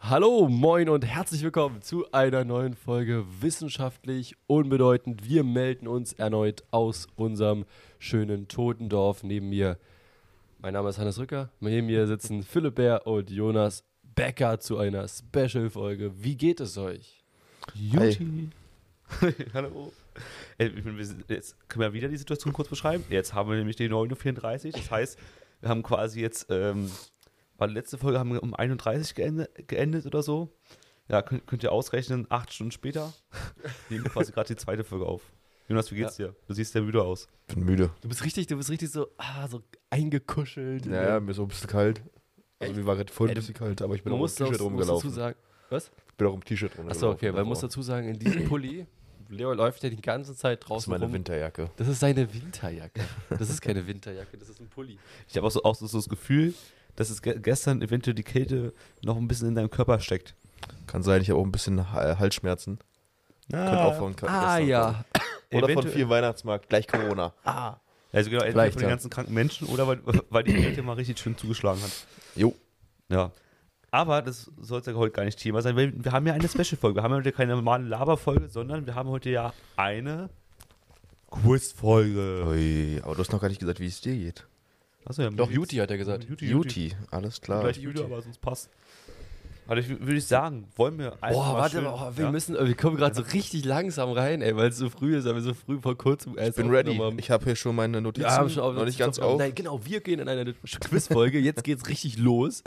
Hallo, moin und herzlich willkommen zu einer neuen Folge Wissenschaftlich Unbedeutend. Wir melden uns erneut aus unserem schönen Totendorf. Neben mir, mein Name ist Hannes Rücker, neben mir sitzen Philipp Bär und Jonas Becker zu einer Special-Folge. Wie geht es euch? Juti. Hallo. Ey, ich bin, wir sind- jetzt können wir wieder die Situation kurz beschreiben. Jetzt haben wir nämlich die 9.34 Uhr. Das heißt, wir haben quasi jetzt, ähm, war die letzte Folge haben wir um 31 geende, geendet oder so. Ja, könnt, könnt ihr ausrechnen, acht Stunden später nehmen wir quasi gerade die zweite Folge auf. Jonas, wie geht's dir? Du siehst ja müde aus. bin müde. Du bist richtig, du bist richtig so, ah, so eingekuschelt. Naja, mir ist auch ein bisschen kalt. Also mir war gerade voll Ey, ein du- bisschen kalt, aber ich bin man auch im muss, T-Shirt muss dazu rumgelaufen. sagen. Was? Ich bin auch im T-Shirt rumgelaufen. Achso, okay, weil man muss muss dazu sagen, in diesem Pulli, Leo läuft ja die ganze Zeit Das ist draußen meine rum. Winterjacke. Das ist seine Winterjacke. Das ist keine Winterjacke, das ist ein Pulli. Ich habe auch, so, auch so, so das Gefühl, dass es ge gestern eventuell die Kälte noch ein bisschen in deinem Körper steckt. Kann sein, ich habe auch ein bisschen Ha- äh, Halsschmerzen. Ah. Könnte auch von Ka- gestern sein. Oder von Eventuell- viel Weihnachtsmarkt, gleich Corona. Also genau, entweder Vielleicht, von den ja. ganzen kranken Menschen oder weil, weil die Kälte mal richtig schön zugeschlagen hat. Jo. Ja. Aber das sollte heute gar nicht Thema sein, weil wir haben ja eine Special-Folge. Wir haben ja heute keine normale Laberfolge, sondern wir haben heute ja eine Äh. Quiz-Folge. Ui, aber du hast noch gar nicht gesagt, wie es dir geht. Achso, ja, Doch, Juti hat er gesagt. Juti, Juti. Juti, alles klar. Gleich müde, aber sonst passt. Also ich, wü- würde ich sagen, wollen wir einfach Boah, mal warte schön- mal, oh, wir ja? müssen, wir kommen gerade so richtig langsam rein, ey, weil es so früh ist, aber so früh vor kurzem erst Ich bin ready. aufgenommen haben. Ich habe hier schon meine Notizen ja, haben schon auf, noch nicht ganz auf. Nein, genau, wir gehen in eine Quizfolge, jetzt geht's richtig los.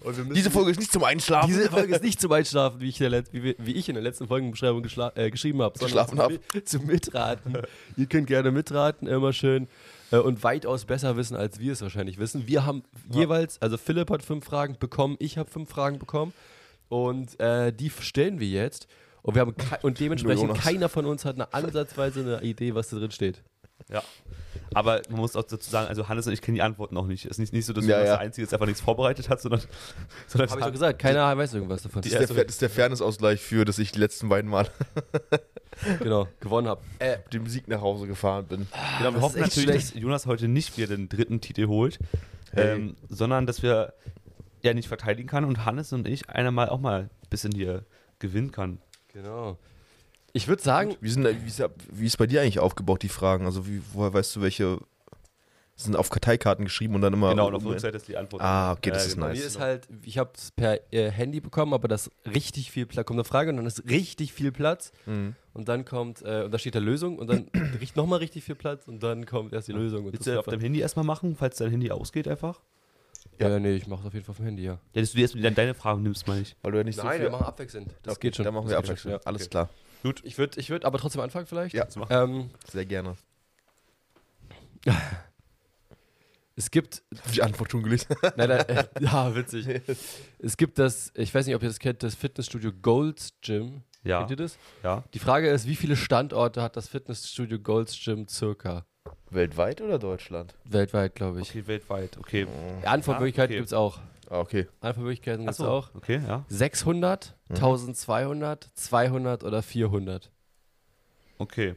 Und wir müssen, Diese Folge ist nicht zum Einschlafen. diese Folge ist nicht zum Einschlafen, wie ich, in der Let- wie, wir- wie ich in der letzten Folgenbeschreibung geschla- äh, geschrieben habe. sondern Geschlafen zum hab. Mi- Zum Mitraten. Ihr könnt gerne mitraten, immer schön. Äh, und weitaus besser wissen, als wir es wahrscheinlich wissen. Wir haben jeweils, also Philipp hat fünf Fragen bekommen, ich habe fünf Fragen bekommen. Und äh, die stellen wir jetzt. Und, wir haben kei- und dementsprechend Jonas. keiner von uns hat eine ansatzweise eine Idee, was da drin steht. Ja. Aber man muss auch dazu sagen, also Hannes und ich kennen die Antworten noch nicht. Es ist nicht, nicht so, dass Ja, Jonas ja. der Einzige ist, der einfach nichts vorbereitet hat, sondern, sondern Habe ich doch gesagt, keiner weiß irgendwas davon. Das ist der, das ist der Fairness-Ausgleich für, dass ich die letzten beiden Mal genau, gewonnen habe. Äh, mit dem Sieg nach Hause gefahren bin. Genau, wir das hoffen ist echt natürlich, dass Jonas heute nicht wieder den dritten Titel holt, Hey. ähm, sondern dass wir ja nicht verteidigen kann und Hannes und ich einer mal auch mal ein bisschen hier gewinnen kann. genau. Ich würde sagen, Wie, sind, wie, ist, wie ist bei dir eigentlich aufgebaut, die Fragen? Also, wie, woher weißt du, welche sind auf Karteikarten geschrieben und dann immer. Genau, und auf der Rückseite ist die Antwort. Ah, okay, das ist genau. Bei nice. mir ist halt, ich habe es per äh, Handy bekommen, aber das richtig viel Platz. Kommt eine Frage und dann ist richtig viel Platz. Mhm. Und dann kommt, äh, und da steht da Lösung und dann riecht nochmal richtig viel Platz und dann kommt erst die Lösung. Und Willst das du ist auf deinem einfach- Handy erstmal machen, falls dein Handy ausgeht einfach? ja, ja, nee, ich mache es auf jeden Fall auf dem Handy, ja. Ja, dass du dir erstmal dann deine Fragen nimmst, meine ich. Weil du ja nicht so viel. abwechselnd. Das Okay, geht schon. Dann machen das wir geht schon, abwechselnd. ja. Alles Okay. klar. Ich würde ich würd aber trotzdem anfangen vielleicht. Ja. Zu machen. Ähm, Sehr gerne. es gibt, Die Antwort schon gelesen. nein, nein, äh, ja, witzig. Es gibt das, ich weiß nicht, ob ihr das kennt, das Fitnessstudio Gold's Gym. Ja. Kennt ihr das? Ja. Die Frage ist, wie viele Standorte hat das Fitnessstudio Gold's Gym circa? Weltweit oder Deutschland? Weltweit, glaube ich. Okay, weltweit. Okay. Antwortmöglichkeiten Ah, okay. gibt's auch. Ah, okay. Antwortmöglichkeiten gibt's Achso, auch. Okay, ja. 600, Mhm. 1200, 200 oder 400. Okay.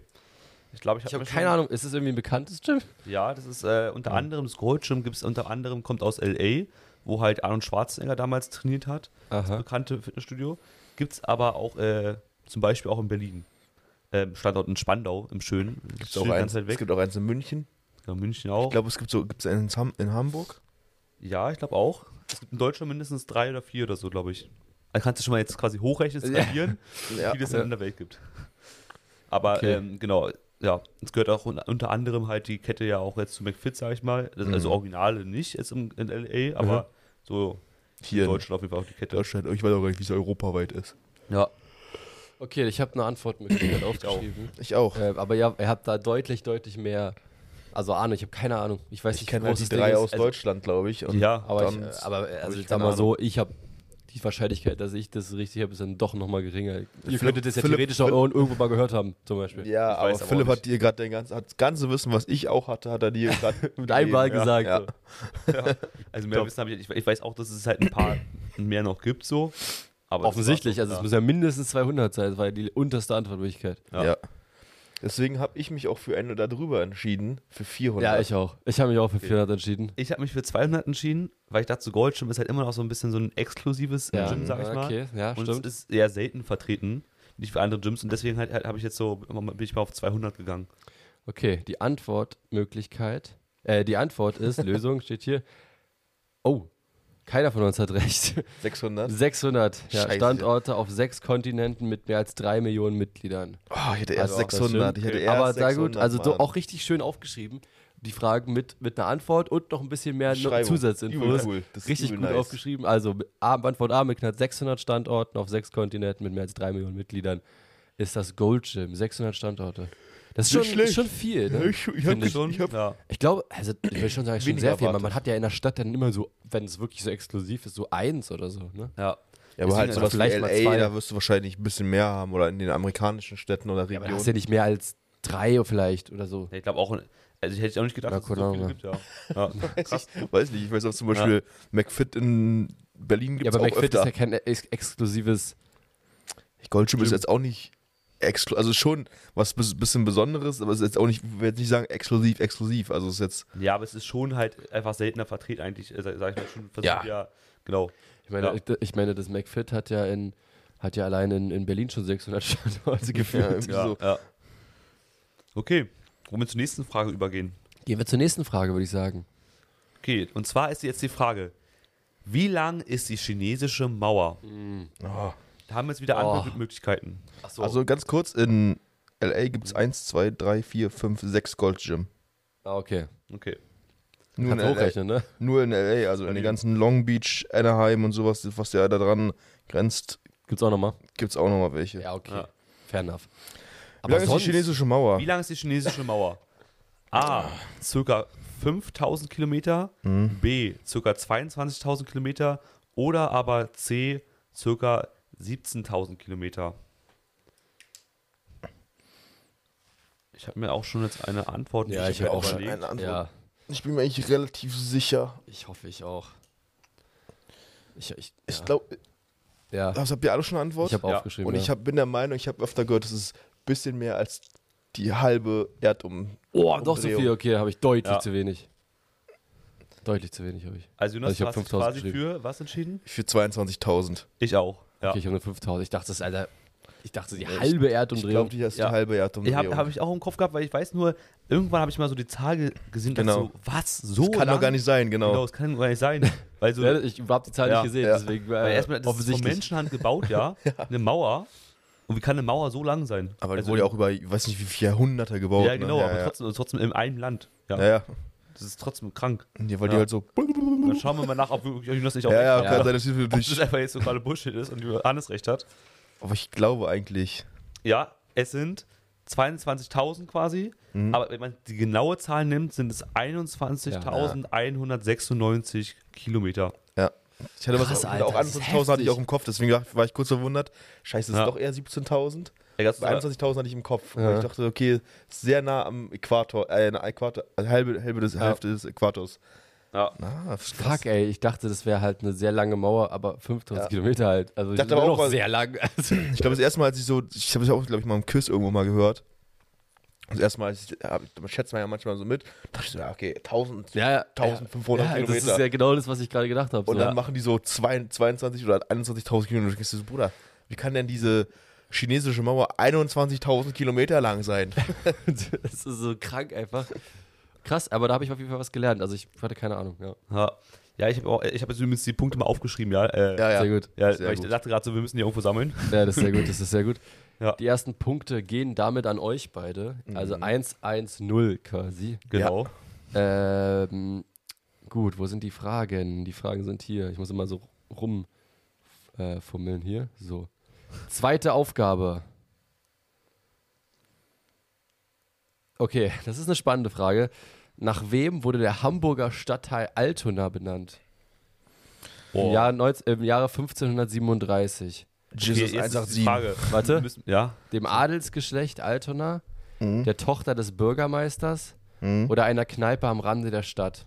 Ich glaube, ich Ich habe habe keine Ahnung, ist es irgendwie ein bekanntes Gym? Ja, das ist äh, unter anderem, das Gold Gym gibt es unter anderem, kommt aus L.A., wo halt Arnold Schwarzenegger damals trainiert hat. das Aha. bekannte Fitnessstudio. Gibt es aber auch äh, zum Beispiel auch in Berlin. Ähm, Standort in Spandau, im Schönen. Gibt's Schön auch eins, weit es weg. Oh. gibt auch eins in München. Ja, München auch. Ich glaube, es gibt so, gibt's einen in, Ham in Hamburg. ja, ich glaube auch. Es gibt in Deutschland mindestens drei oder vier oder so, glaube ich. Also kannst du schon mal jetzt quasi hochrechnen, Ja. skalieren, Ja. wie das dann in der Welt gibt. Aber Okay. ähm, genau, ja, es gehört auch un unter anderem halt die Kette ja auch jetzt zu McFit, sage ich mal. Das, Mhm. Also Originale nicht jetzt im, in L.A., aber so Hier in in Deutschland auf jeden Fall auch die Kette. Deutschland. Ich weiß auch gar nicht, wie es europaweit ist. Ja. Okay, ich habe eine Antwortmöglichkeit aufgeschrieben. Ich auch. Äh, aber ja, ihr habt da deutlich, deutlich mehr. Also Ahnung, ich habe keine Ahnung. Ich weiß ich nicht, kenne halt die das Ding drei ist. aus Also, Deutschland, glaube ich. und Ja. Aber, dann- ich, aber äh, hab also ich ich sag keine mal so, ich habe die Wahrscheinlichkeit, dass ich das richtig habe, ist dann doch nochmal geringer. Ihr Philipp- könntet das ja Philipp- theoretisch auch irgendwo mal gehört haben, zum Beispiel. ja, Ich aber weiß aber auch Philipp nicht. hat dir gerade dein ganz, hat das ganze Wissen, was ich auch hatte, hat er dir gerade Mit einmal gegeben. gesagt. Ja, so. ja. Also mehr Top. Wissen habe ich, nicht. ich. Ich weiß auch, dass es halt ein paar mehr noch gibt, so. Aber das war's Offensichtlich, auch, also es ja. muss ja mindestens 200 sein, das war ja die unterste Antwortmöglichkeit. Ja. Ja. Deswegen habe ich mich auch für eine darüber entschieden, für 400. Ja, ich auch. Ich habe mich auch für 400 entschieden. Ich habe mich für 200 entschieden, weil ich dachte, so Goldschirm ist halt immer noch so ein bisschen so ein exklusives Ja. Gym, sag ich mal. Okay, ja, und stimmt. es ist eher selten vertreten, nicht für andere Gyms. Und deswegen halt, halt, habe ich jetzt so, bin ich mal auf 200 gegangen. Okay, die Antwortmöglichkeit, äh, die Antwort ist, Lösung steht hier. Oh, keiner von uns hat recht. 600. 600 ja, Scheiße. Standorte auf sechs Kontinenten mit mehr als drei Millionen Mitgliedern. Oh, ich hätte erst Also auch das 600. Ich stimmt. hätte erst Aber 600, sehr gut, also so Mann. auch richtig schön aufgeschrieben. Die Fragen mit, mit einer Antwort und noch ein bisschen mehr Beschreibung. Zusatzinfos. Übel cool. Das ist richtig übel gut nice. aufgeschrieben. Also A- Antwort A mit knapp 600 Standorten auf sechs Kontinenten mit mehr als drei Millionen Mitgliedern ist das Gold Gym. 600 Standorte. Das ist schon, Nicht ist schlecht. schon viel. Ne? Ich, ich Finde hab ich- schon. Ich hab, ja. Ich glaube, also ich will schon sagen, ist schon Weniger sehr viel, aber erwartet. man hat ja in der Stadt dann immer so, wenn es wirklich so exklusiv ist, so eins oder so. Ne? ja. ja, aber halt Deswegen sowas wie vielleicht mal LA, zwei. da wirst du wahrscheinlich ein bisschen mehr haben oder in den amerikanischen Städten oder Aber du hast Regionen. ja nicht mehr als drei vielleicht oder so. Ja, Ich glaube auch, also ich hätte auch nicht gedacht, Na, dass es so viele Colonna. gibt, ja. ja. Krass. ich weiß nicht, ich weiß auch zum Beispiel McFit in Berlin gibt Ja, es aber auch McFit ist öfter. ja kein ex exklusives. Goldschirm ist Gym. jetzt auch nicht exklusiv, also schon was bis, bisschen Besonderes, aber es ist jetzt auch nicht, ich werde nicht sagen exklusiv, exklusiv, also es ist jetzt, Ja, aber es ist schon halt einfach seltener vertreten eigentlich, äh, sag sag ich mal, schon versucht, Ja. ja. genau. Ich meine, Ja. ich, ich meine, das McFit hat ja in hat ja allein in, in Berlin schon 600 Standorte geführt. irgendwie Ja, so. ja. Okay, wollen wir zur nächsten Frage übergehen? Gehen wir zur nächsten Frage, würde ich sagen. Okay, und zwar ist jetzt die Frage, wie lang ist die chinesische Mauer? Oh. Da haben wir jetzt wieder Oh. andere Möglichkeiten. Achso. Also ganz kurz, in LA gibt es 1, 2, 3, 4, 5, 6 Goldschirm. ah, okay. Okay. Nur in, Kannst LA, hochrechnen, ne? nur in LA, also in den ganzen Long Beach, Anaheim und sowas, was ja da dran grenzt, Gibt's auch nochmal? gibt es auch nochmal welche. Ja, okay. Ja. Fair enough. Wie lange ist die chinesische Mauer? Wie lang ist die chinesische Mauer? A. Circa 5000 Kilometer. Mhm. B. Circa 22.000 Kilometer. Oder aber C. Circa 17.000 Kilometer. Ich habe mir auch schon jetzt eine Antwort Ja, ich habe auch schon überlegt. eine Antwort. Ja, Ich bin mir eigentlich relativ sicher. ich hoffe, ich auch. Ich, ich, ja. Ich glaube, ja. habt ihr alle schon eine Antwort? Ich habe Ja, aufgeschrieben. Und ja. ich hab, bin der Meinung, ich habe öfter gehört, es ist ein bisschen mehr als die halbe Erdum. Oh, doch so Umdrehung. viel, okay, habe ich deutlich Ja. zu wenig. Deutlich zu wenig habe ich. Also Jonas, Also ich du hab hast dich 5000 quasi für was entschieden? Für 22.000. Ich auch. Ja. Okay, ich habe eine 5000. Ich dachte, das ist, Alter, ich dachte, die Ja, ich- halbe Ich Erdumdrehung. glaube, die ist Ja. die halbe Erdumdrehung. Ich habe hab ich auch im Kopf gehabt, weil ich weiß nur, irgendwann habe ich mal so die Zahl ge- gesehen, dass Genau. so, was, so Kann lang? doch gar nicht sein, Genau, genau. das kann gar nicht sein. Weil so, Ja, ich habe die Zahl Ja, nicht gesehen, ja. deswegen Weil äh, erstmal, das ist von offensichtlich. Menschenhand gebaut, ja. Eine Mauer. Und wie kann eine Mauer so lang sein? Aber die Also- wurde ja auch über, ich weiß nicht, wie viele Jahrhunderte gebaut. Ja, genau, ne? aber ja. trotzdem, und trotzdem in einem Land. Ja, Ja, ja. Das ist trotzdem krank. Ja, weil die Ja. halt so. Dann schauen wir mal nach, ob wirklich Jonas nicht auch Ja, ja, recht Ja. kann hat. sein, dass die Ob das natürlich. einfach jetzt so gerade Bullshit ist und Johannes recht hat. Aber ich glaube eigentlich. Ja, es sind 22.000 quasi, aber wenn man die genaue Zahl nimmt, sind es 21.196 Kilometer. Ja. Ich hatte Krass, was Alter, auch das ist 21.000 hatte ich heftig. auch im Kopf, deswegen dachte- war ich kurz verwundert. Scheiße, es Ja. ist doch eher 17.000. Ey, äh, ganz Bei kurz, 21.000 hatte ich im Kopf. Ja. weil Ich dachte, okay, sehr nah am Äquator, äh, na, Äquator, also halbe, halbe des, Hälfte des Äquators. ja. Ah, krass. Fuck, ey, ich dachte, das wäre halt eine sehr lange Mauer, aber 5000 Ja. Kilometer halt. Also Dachte die sind aber auch noch mal- sehr lang. Also, Ich glaube, das erste Mal, als ich so, ich habe es ja auch, glaube ich, mal im Kiss irgendwo mal gehört. Das erste Mal, als ich, ja, man schätzt man ja manchmal so mit, dachte ich so, ja, okay, 1000, ja, ja, 1500 ja, Kilometer. Das ist ja genau das, was ich gerade gedacht habe. Und so. dann machen die so zwei- 22 oder 21.000 Kilometer. Und du denkst dir so, Bruder, wie kann denn diese chinesische Mauer 21.000 Kilometer lang sein? das ist so krank einfach. Krass, aber da habe ich auf jeden Fall was gelernt. Also ich hatte keine Ahnung. Ja, ja. Ja, ich habe hab jetzt übrigens die Punkte mal aufgeschrieben, ja. Äh, Ah, sehr gut. Ja, Sehr weil ich gut. dachte gerade so, wir müssen die irgendwo sammeln. Ja, das ist sehr gut, das ist sehr gut. Ja. Die ersten Punkte gehen damit an euch beide. Also Mhm. 1-1-0 quasi. Genau. Ähm, gut, wo sind die Fragen? Die Fragen sind hier. Ich muss immer so rumfummeln äh, fummeln hier. So. Zweite Aufgabe. Okay, das ist eine spannende Frage. Nach wem wurde der Hamburger Stadtteil Altona benannt? Im, Oh. Jahr 19, im Jahre 1537. jetzt Jesus ist die 187. Frage. Warte. Müssen, ja. Dem Adelsgeschlecht Altona, Mhm. der Tochter des Bürgermeisters oder einer Kneipe am Rande der Stadt?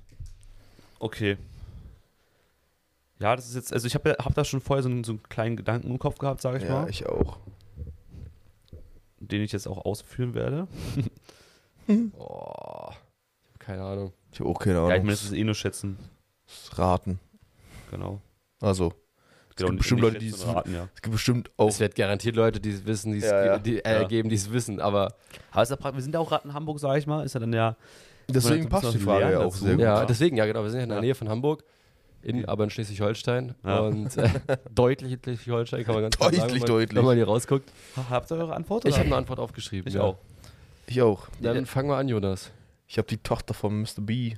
Okay. Ja, das ist jetzt, also ich habe hab da schon vorher so einen, so einen kleinen Gedanken im Kopf gehabt, sage ich Ja, mal. ich auch. den ich jetzt auch ausführen werde. Oh, ich hab keine Ahnung. Ich habe auch keine Ja, ich Ahnung. meine, das ist eh nur schätzen. raten. Genau. Also, genau gibt nicht bestimmt Leute, die schätzen, es- sondern raten, ja. es gibt bestimmt auch. Es wird garantiert Leute, die es wissen, die's Oh. Ja, ja. ge- die äh, Ja. geben, die es wissen, aber Aber es ist ja praktisch, wir sind ja auch gerade in Hamburg, sage ich mal. Ist ja dann ja. Man hat Deswegen so passt ein die bisschen Frage Lernen ja auch dazu. sehr gut. ja, klar. deswegen, ja genau, wir sind ja in der Ja. Nähe von Hamburg, in, aber in Schleswig-Holstein Ja. und äh, deutlich in Schleswig-Holstein kann man ganz klar Deutlich, sagen, wenn man- deutlich. wenn man hier rausguckt. Ha- Habt ihr eure Antwort? Ich oder? habe eine Antwort aufgeschrieben. Ich ja. auch. Ich auch. Dann fangen wir an, Jonas. Ich habe die Tochter von Mr. B.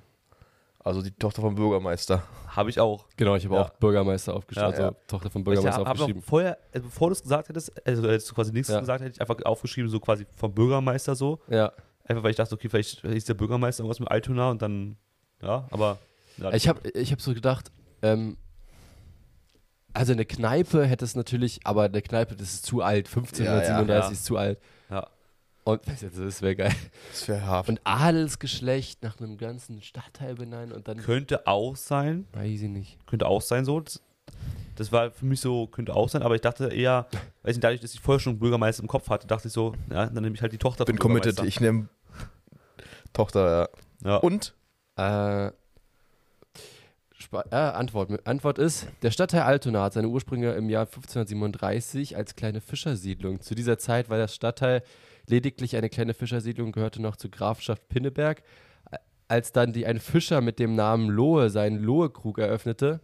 Also die Tochter vom Bürgermeister. Hab ich auch. Genau, ich habe Ja. auch Bürgermeister aufgeschrieben, Ja, also ja. Tochter vom Ich Bürgermeister hab- hab noch aufgeschrieben. vorher, äh, bevor du es gesagt hättest, also als du quasi nichts Ja. gesagt hättest, ich einfach aufgeschrieben, so quasi vom Bürgermeister so. Ja. Einfach weil ich dachte, okay, vielleicht ist der Bürgermeister irgendwas mit Altona und dann, ja, aber. Ja, Ich habe ich hab so gedacht, ähm, also eine Kneipe hätte es natürlich, aber eine Kneipe, das ist zu alt, 1537 ja. ist zu alt. ja. Und das wäre geil. Das wäre hart. Und Adelsgeschlecht nach einem ganzen Stadtteil benennen und dann. Könnte auch sein, Weiß ich nicht. könnte auch sein so. Das, das war für mich so, könnte auch sein, aber ich dachte eher, weiß nicht, dadurch, dass ich vorher schon Bürgermeister im Kopf hatte, dachte ich so, ja, dann nehme ich halt die Tochter bin vom committed. Bürgermeister. Ich nehme Tochter, ja. Ja. Und? Äh, Spa- äh, Antwort, Antwort ist, der Stadtteil Altona hat seine Ursprünge im Jahr 1537 als kleine Fischersiedlung. Zu dieser Zeit war der Stadtteil lediglich eine kleine Fischersiedlung, gehörte noch zur Grafschaft Pinneberg. A- Als dann die, ein Fischer mit dem Namen Lohe seinen Lohekrug eröffnete,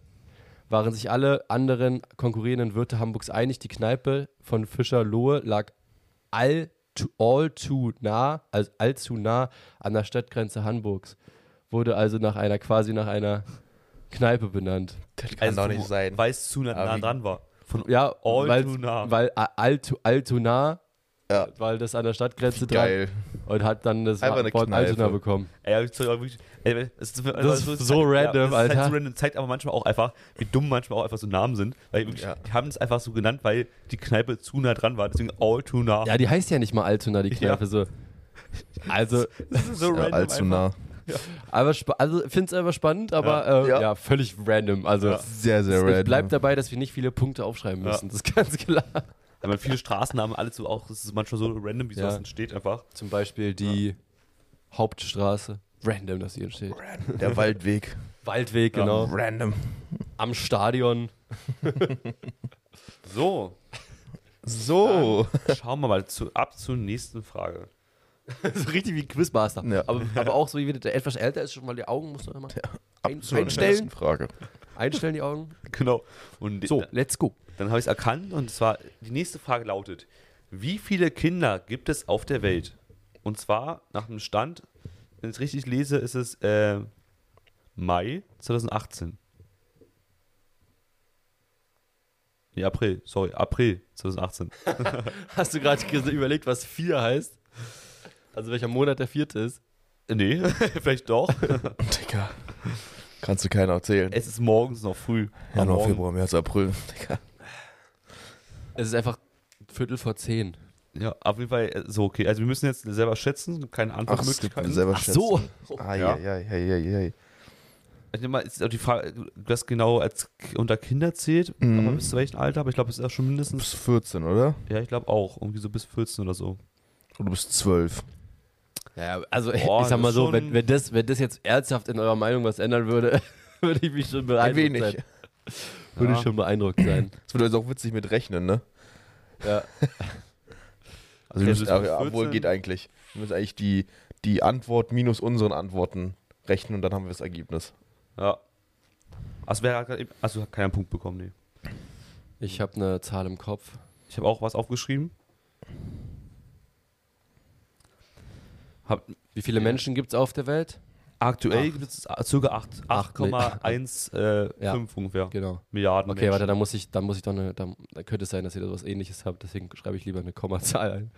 waren sich alle anderen konkurrierenden Wirte Hamburgs einig, die Kneipe von Fischer Lohe lag all, to, all too nah, also allzu nah an der Stadtgrenze Hamburgs. Wurde also nach einer, quasi nach einer Kneipe benannt. Das kann Also doch vom- nicht sein. Weil es zu nah, Aber nah wie- dran war. Von Ja, all weil, too nah. weil äh, allzu, allzu nah, Ja. weil das an der Stadtgrenze dran Geil. und hat dann das Einfach eine Wort Altona Kneipe. bekommen. Ey, aber ich zeig euch wirklich, ey, es ist, also Das ist es so ja, random, das ist Halt Alter. so random, zeigt aber manchmal auch einfach, wie dumm manchmal auch einfach so Namen sind. Weil wirklich, Ja. die haben es einfach so genannt, weil die Kneipe zu nah dran war. Deswegen all too nah. Ja, die heißt ja nicht mal Altona, die Kneipe. Ja. So. Also, Das ist so Ja, allzu einfach. nah. aber spa- also finde es einfach spannend, aber ja, äh, ja. Ja. völlig random. Also, Ja. Sehr, sehr es, random. es bleibt dabei, dass wir nicht viele Punkte aufschreiben Ja. müssen. Das ist ganz klar. Aber viele Straßennamen, alle so auch, es ist manchmal so random, wie Ja. sowas entsteht einfach. Zum Beispiel die Hauptstraße. Random, dass hier entsteht. Der Waldweg. Waldweg, Ja. genau. Random. Am Stadion. So, So. schauen wir mal zu, ab zur nächsten Frage. so richtig wie Quizmaster. Ja. Aber, aber auch so wie wenn der etwas älter ist, schon mal die Augen musst du immer ein, Zur nächsten einstellen. Frage. Einstellen die Augen. Genau. Und So, so. let's go. dann habe ich es erkannt und zwar, die nächste Frage lautet: Wie viele Kinder gibt es auf der Welt? Und zwar nach dem Stand, wenn ich es richtig lese, ist es äh, Mai 2018. Nee, April, sorry, April 2018. Hast du gerade ges- überlegt, was vier heißt? Also welcher Monat der vierte ist? Äh, Nee, vielleicht doch. Digga. Kannst du keiner erzählen. Es ist morgens noch früh. Januar, Morgen. Februar, März, April. Digga. Es ist einfach Viertel vor zehn. Ja, auf jeden Fall äh, so okay. Also wir müssen jetzt selber schätzen, keine Ach, es gibt Antwortmöglichkeiten. selber Ach so. Ah, Ja. ja. Ja, ja, ja, ja, ja. Ich nehme Also mal, ist auch die Frage, was genau als K- unter Kinder zählt, Mhm. aber bis zu welchem Alter, aber ich glaube, es ist auch schon Du mindestens, bist 14, oder? ja, ich glaube auch, irgendwie so bis 14 oder so. Und du bist 12. Ja, also Boah, ich sag mal das ist so, schon- wenn, wenn, das, wenn das jetzt ernsthaft in eurer Meinung was ändern würde, würde ich mich schon beeindruckt sein. Würde Ja. ich schon beeindruckt sein. Das wird also auch witzig mit rechnen, ne? ja. Also, wir Ja, müssen, bis ja, 14. obwohl geht eigentlich. Wir müssen eigentlich die, die Antwort minus unseren Antworten rechnen und dann haben wir das Ergebnis. Ja. Also, wer hat grad eben, also hat keinen Punkt bekommen, nee. Ich habe eine Zahl im Kopf. Ich habe auch was aufgeschrieben. Hab, Wie viele Menschen gibt es auf der Welt? aktuell gibt es ca. 8,15 äh, Ja. fünf ungefähr Genau. Milliarden Okay, warte, Menschen. dann muss ich, dann muss ich doch eine, dann, dann könnte es sein, dass ihr da sowas ähnliches habt, deswegen schreibe ich lieber eine Kommazahl ein.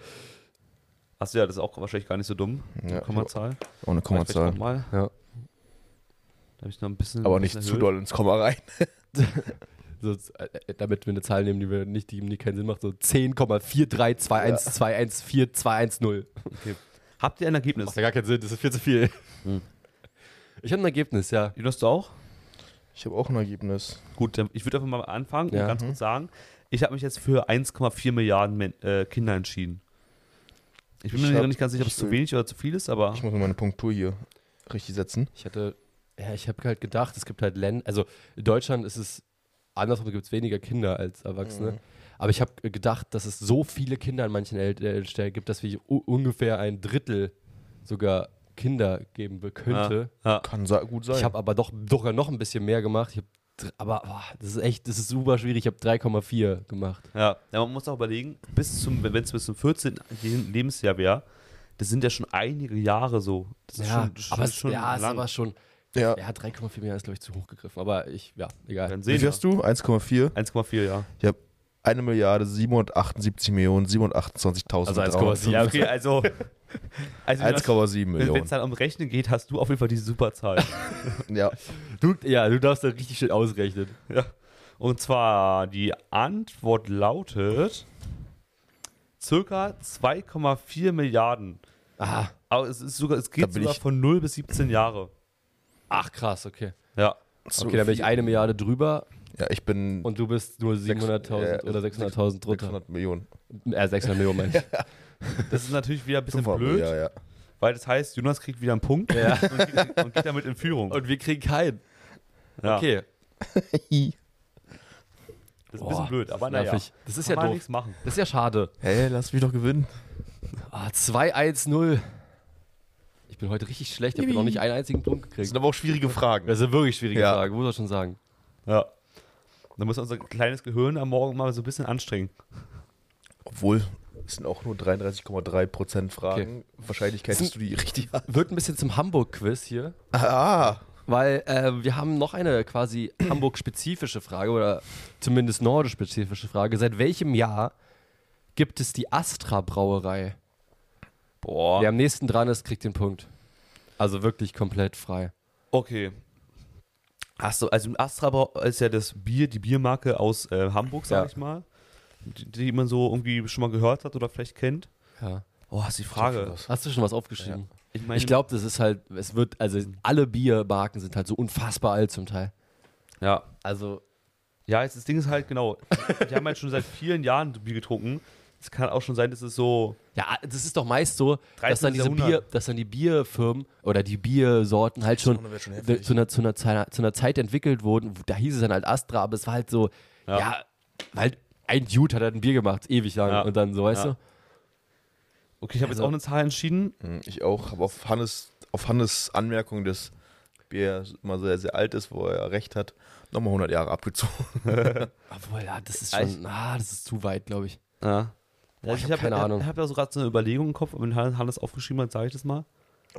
Achso, ja, das ist auch wahrscheinlich gar nicht so dumm. Ja. Kommazahl. Ohne Kommazahl. Mal. Ja. Da habe ich noch ein bisschen. Aber ein bisschen nicht zu erhöht. doll ins Komma rein. So, äh, damit wir eine Zahl nehmen, die wir nicht, die, die keinen Sinn macht, so 10,43212144210. Okay. Habt ihr ein Ergebnis? Macht ja gar keinen Sinn, das ist viel zu viel. Hm. Ich habe ein Ergebnis, ja. Jonas, du auch? Ich habe auch ein Ergebnis. Gut, dann- ich würde einfach mal anfangen Ja. und ganz kurz sagen, ich habe mich jetzt für 1,4 Milliarden Men äh, Kinder entschieden. Ich bin mir Ich noch hab- nicht ganz sicher, ob es ich zu will- wenig oder zu viel ist, aber Ich muss mir meine Punktur hier richtig setzen. Ich hatte, ja, ich habe halt gedacht, es gibt halt Länder, also in Deutschland ist es andersrum, gibt es weniger Kinder als Erwachsene. Mhm. Aber ich habe gedacht, dass es so viele Kinder an manchen El- äh, Stellen gibt, dass wir u- ungefähr ein Drittel sogar Kinder geben be- könnte. ja. Kann sa- gut sein. Ich habe aber doch sogar noch ein bisschen mehr gemacht. Ich hab, dr- aber boah, das ist echt, das ist super schwierig. Ich habe 3,4 gemacht. Ja, ja, man muss auch überlegen, bis zum, wenn es bis zum 14. Lebensjahr wäre, das sind ja schon einige Jahre so. Das ist ja, schon, das ist aber es, schon ja, es lang. war schon. ja. Ja, 3,4 mehr ist, glaube ich, zu hoch gegriffen. Aber ich, ja, egal. Dann Wie sehen viel wir. hast du? 1,4. 1,4, ja. 1 Milliarde 778 Millionen 728.000. Also 1,7. Ja, okay, also. also wenn das- 1,7 wenn es Millionen. dann um Rechnen geht, hast du auf jeden Fall diese super Zahl. Ja. Du, ja, du darfst da richtig schön ausrechnen. ja. Und zwar die Antwort lautet circa 2,4 Milliarden. Ah, Aber es ist sogar, es Da geht bin sogar ich- von 0 bis 17 Jahre. ach krass, okay. Ja. So Okay, dann bin ich viel. eine Milliarde drüber Ja, ich bin und du bist nur 700.000 äh, oder 600.000 drunter. 600 Millionen. Äh, 600 Millionen, meine ich. Das ist natürlich wieder ein bisschen Fünfhundert blöd, Millionen, Ja, ja. weil das heißt, Jonas kriegt wieder einen Punkt Ja. und, geht, und geht damit in Führung. Und wir kriegen keinen. ja. Okay. Das ist ein bisschen blöd, aber naja. nervig. Kann Das ist ja man doof. nichts machen. Das ist ja schade. Hey, lass mich doch gewinnen. Ah, 2-1-0. Ich bin heute richtig schlecht. Ich habe noch nicht einen einzigen Punkt Das gekriegt. sind aber auch schwierige Fragen. Das sind wirklich schwierige Ja. Fragen, muss man schon sagen. Ja. Dann muss unser kleines Gehirn am Morgen mal so ein bisschen anstrengen. Obwohl, es sind auch nur 33,3% Fragen. Wahrscheinlichkeit, dass du die richtig hast. Wird ein bisschen zum Hamburg-Quiz hier. Ah, Weil äh, wir haben noch eine quasi Hamburg-spezifische Frage oder zumindest nordisch-spezifische Frage. Seit welchem Jahr gibt es die Astra-Brauerei? Boah. Wer am nächsten dran ist, kriegt den Punkt. Also wirklich komplett frei. Okay. Hast du, also Astra Brau- ist ja das Bier, die Biermarke aus äh, Hamburg, sag Ja. ich mal. Die, die man so irgendwie schon mal gehört hat oder vielleicht kennt. Ja. Oh, ist die Frage. Hast du schon was aufgeschrieben? Ich meine, Mhm. Ich glaube, das ist halt, es wird, also alle Biermarken sind halt so unfassbar alt zum Teil. ja. Also, Ja, jetzt, das Ding ist halt genau. Die haben halt schon seit vielen Jahren Bier getrunken. Es kann auch schon sein, dass es so. ja, das ist doch meist so, dass 13. dann, diese Bier, Jahrhundert. dass dann die Bierfirmen oder die Biersorten halt schon wäre schon de- zu einer, zu, einer, Zei- zu einer Zeit entwickelt wurden. Da hieß es dann halt Astra, aber es war halt so, ja, Ja. halt ein Dude hat halt ein Bier gemacht, ewig lang. Ja. Und dann so, weißt Ja. du? Okay, ich habe Also- jetzt auch eine Zahl entschieden. Hm, Ich auch, aber auf Hannes, auf Hannes Anmerkung, dass Bier immer sehr, sehr alt ist, wo er recht hat, nochmal 100 Jahre abgezogen. Obwohl, ja, das ist Ja, schon, ah, das ist zu weit, glaube ich. Ja. Also ich ich hab habe keine ja, Ahnung. Ich habe ja so gerade so eine Überlegung im Kopf, und wenn Han- Hannes aufgeschrieben hat, sage ich das mal.